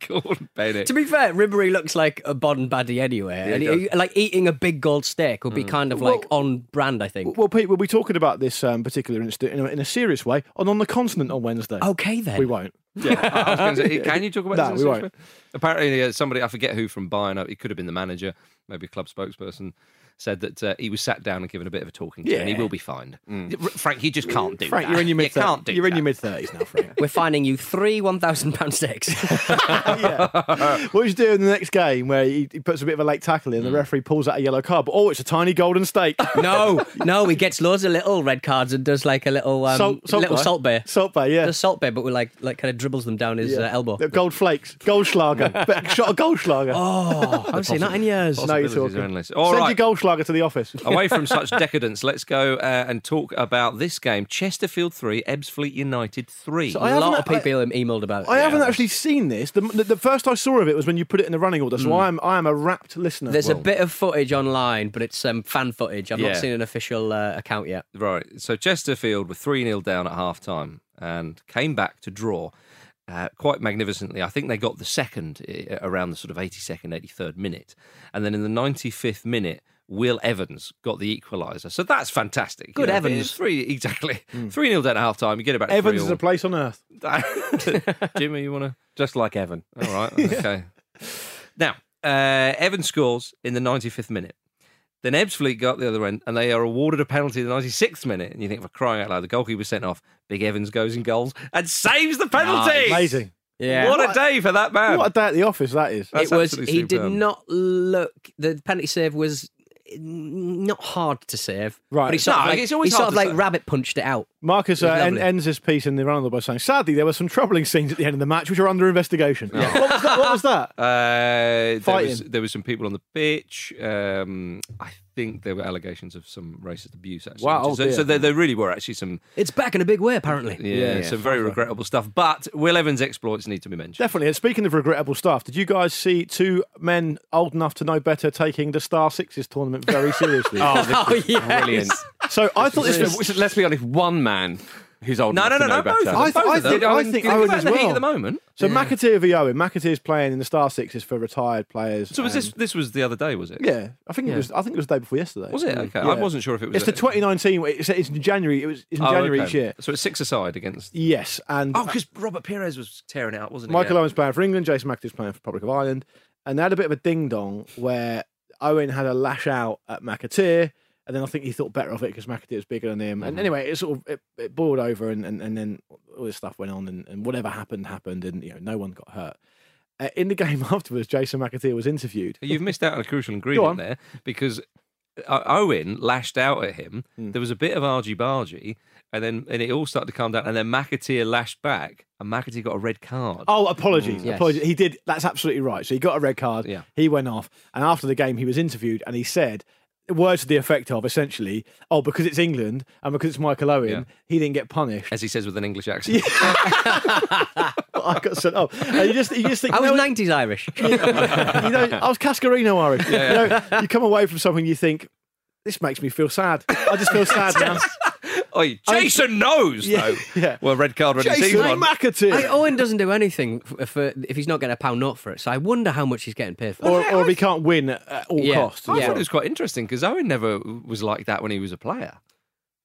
Gordon Bennett.
To be fair, Ribery looks like a modern baddie anyway. and he-
he
like eating a big gold steak would be
Mm.
kind of like on brand, I think.
Well, Pete, we'll be talking about this um, particular incident in a, in a serious way on on the continent on Wednesday.
okay then.
we won't.
I- I was gonna
[LAUGHS]
say, can you talk about
No,
this? in
we
a
won't.
section? Apparently, uh, somebody I forget who from Bayern. uh, It could have been the manager, maybe a club spokesperson. Said that uh, he was sat down and given a bit of a talking to, and he
Yeah. Mm.
will be fined. R- Frank, you just can't do
Frank,
that.
you're in your
you
mid.
can't do
You're in
that.
your mid thirties now,
[LAUGHS]
Frank.
We're finding you three one thousand
[LAUGHS]
pound sticks.
yeah. What you do in the next game where he, he puts a bit of a late tackle in, the referee pulls out a yellow card, but oh, it's a tiny golden stake.
no, no, he gets loads of little red cards and does like a little um, little
Bay.
salt bear.
Salt bay, yeah.
Does salt bear, but we like like kind of dribbles them down his uh,
yeah.
elbow.
The Gold flakes.
[LAUGHS]
Goldschlager. Bet- Shot a Goldschlager.
Oh, I haven't seen that in years.
no, you're
possibilities are
talking.
endless. All
Send
right.
your Goldschlager to the office.
[LAUGHS] Away from such decadence, let's go uh, and talk about this game: Chesterfield three, Ebbsfleet United three.
So
A
I haven't-
lot of people emailed about it.
[LAUGHS] I haven't actually seen this. The, the, the first I saw of it was when you put it in the running order, so I am I am a rapt listener.
Hmm. There's a bit of footage online, but it's um, fan footage. I've
Yeah.
not seen an official uh, account yet.
Right. So Chesterfield were 3 0 down at half time and came back to draw uh, quite magnificently. I think they got the second uh, around the sort of 82nd, 83rd minute. And then in the 95th minute, Will Evans got the equaliser. So that's fantastic.
Good
if it
Evans.
is Three, [LAUGHS] exactly. 3 0 down at half time. You get about
Hmm. Evans is a
three
place on earth.
all. [LAUGHS] Jimmy, you want to.
Just like Evan.
All
[LAUGHS]
right. Okay. now, uh, Evan scores in the 95th minute. Then Ebbsfleet go up the other end and they are awarded a penalty in the 96th minute. And you think, for crying out loud, the goalkeeper sent off. Big Evans goes and goals and saves the penalty.
Amazing.
Yeah.
What a day for that man.
What a day at the office that is.
That's
it was.
absolutely
He did
superb.
not look. The penalty save was not hard to save.
Right.
But he sort of
No,
like,
it's always
he sort
hard
of
to
like
save.
rabbit punched it out.
Marcus uh,
It's
en-
lovely.
ends his piece in the runner by saying, "Sadly, there were some troubling scenes at the end of the match, which are under investigation." what was that? What was that? [LAUGHS]
Uh, there,
Fighting.
was, there was some people on the pitch. Um, I think there were allegations of some racist abuse. Actually, Which
Wow, oh
is- so
dear.
so there, there really were actually some,
It's back in a big way, apparently.
yeah, some very regrettable stuff. But Will Evans' exploits need to be mentioned.
Definitely. And speaking of regrettable stuff, did you guys see two men old enough to know better taking the Star Sixes tournament
[LAUGHS]
very seriously?
[LAUGHS] Oh, yes.
Brilliant.
So I thought this
This
was.
is- let's be honest, one man who's old
No, no, no,
enough to know
no, both.
better.
of them,
I-
both of
think-
them.
I think
Think
I would
about
as
the heat
well.
at the moment.
So McAtee of EO, McAtee's playing in the Star Sixes for retired players.
So was
and-
this? This was the other day, was it?
Um, Yeah, I think it was. I think it was the day before yesterday.
Was it?
Mm.
Okay,
Yeah.
I wasn't sure if it was.
It's the 2019. It's, it's in January. It was it's in
Oh,
January
okay.
each year.
So it's six aside against.
Yes, and
Oh, because Robert Perez was tearing it out, wasn't he?
Michael
Yeah.
Owen's playing for England. Jason McAtee's playing for Republic of Ireland, and they had a bit of a ding dong where Owen had a lash out at McAtee, and then I think he thought better of it because McAtee was bigger than him. And anyway, it sort of it, it boiled over, and, and, and then all this stuff went on, and, and whatever happened happened, and you know no one got hurt. Uh, in the [LAUGHS] game afterwards, Jason McAtee was interviewed.
You've missed out on a crucial
Go
ingredient
on.
there because uh, Owen lashed out at him.
Hmm.
There was a bit of argy bargy, and then and it all started to calm down. And then McAteer lashed back, and McAteer got a red card.
Oh, apologies.
Mm. yes.
Apologies. He did. That's absolutely right. So he got a red card.
Yeah.
He went off. And after the game, he was interviewed and he said words to the effect of essentially, oh, because it's England and because it's Michael Owen,
Yeah.
he didn't get punished. [LAUGHS]
As he says with an English accent.
But I got sent off. And you just, you just think,
I was
no,
90s
[LAUGHS]
Irish.
you know, I was Cascarino Irish. You, know, you come away from something, you think, this makes me feel sad. I just feel sad
[LAUGHS]
now.
Oi, Jason knows
Yeah,
though.
[LAUGHS] yeah.
Well, red card when he sees
Jason
one.
McAtee.
[LAUGHS] I, Owen doesn't do anything f- for if he's not getting a pound note for it. So I wonder how much he's getting paid for.
or, or if he can't win at all
Yeah.
costs.
I
Yeah.
thought it was quite interesting because Owen never was like that when he was a player.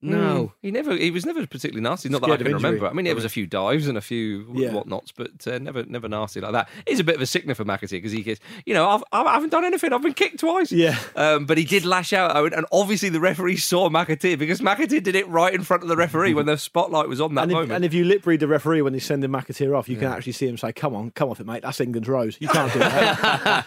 Hmm.
No.
He never. He was never particularly nasty. Not that I
Scared of
can
injury,
remember. I mean, there was a few dives and a few wh-
Yeah.
whatnots, but uh, never, never nasty like that. It's a bit of a sickener for McAtee because he gets, you know, I've, I haven't done anything. I've been kicked twice.
Yeah.
Um, but he did lash out, Owen, and obviously the referee saw McAtee because McAtee did it right in front of the referee when the spotlight was on that
And if,
moment.
and if you lip read the referee when he's sending McAteer off, you can actually see him say, "Come on, come off it, mate. That's England's rose. You can't do that."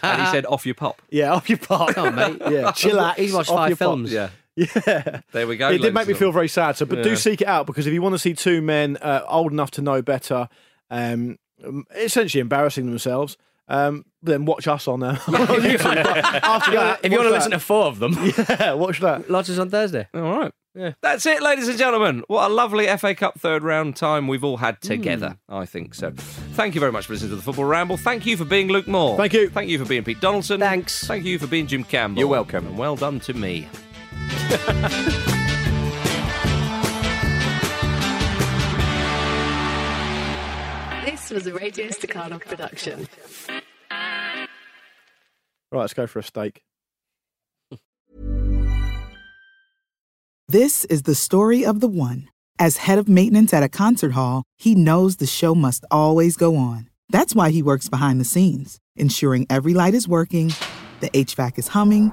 [LAUGHS]
[LAUGHS]
and he said, "Off your pop."
yeah,
[LAUGHS]
off your part.
Come on, mate.
Yeah, chill out.
He's watched
Off
five
your pot.
films.
Yeah.
[LAUGHS] Yeah.
There we go. ladies
It did make me
and
feel
gentlemen.
very sad. So, but do seek it out because if you want to see two men uh, old enough to know better, um, essentially embarrassing themselves, um, then watch us [LAUGHS] on there.
[LAUGHS]
After that,
If you want
watch
to listen to four of them, [LAUGHS]
that. [LAUGHS] yeah, watch that.
Lodges on Thursday.
All right. That's it, ladies and gentlemen. What a lovely FA Cup third round time we've all had together. I think so. Thank you very much for listening to the Football Ramble. Thank you for being Luke Moore.
Thank you.
Thank you for being Pete Donaldson.
Thanks.
Thank you for being Jim Campbell.
You're welcome.
And well done to me.
This was a Radio Staccato production.
Right, let's go for a steak.
This is the story of the one. As head of maintenance at a concert hall, he knows the show must always go on. That's why he works behind the scenes, ensuring every light is working, the HVAC is humming,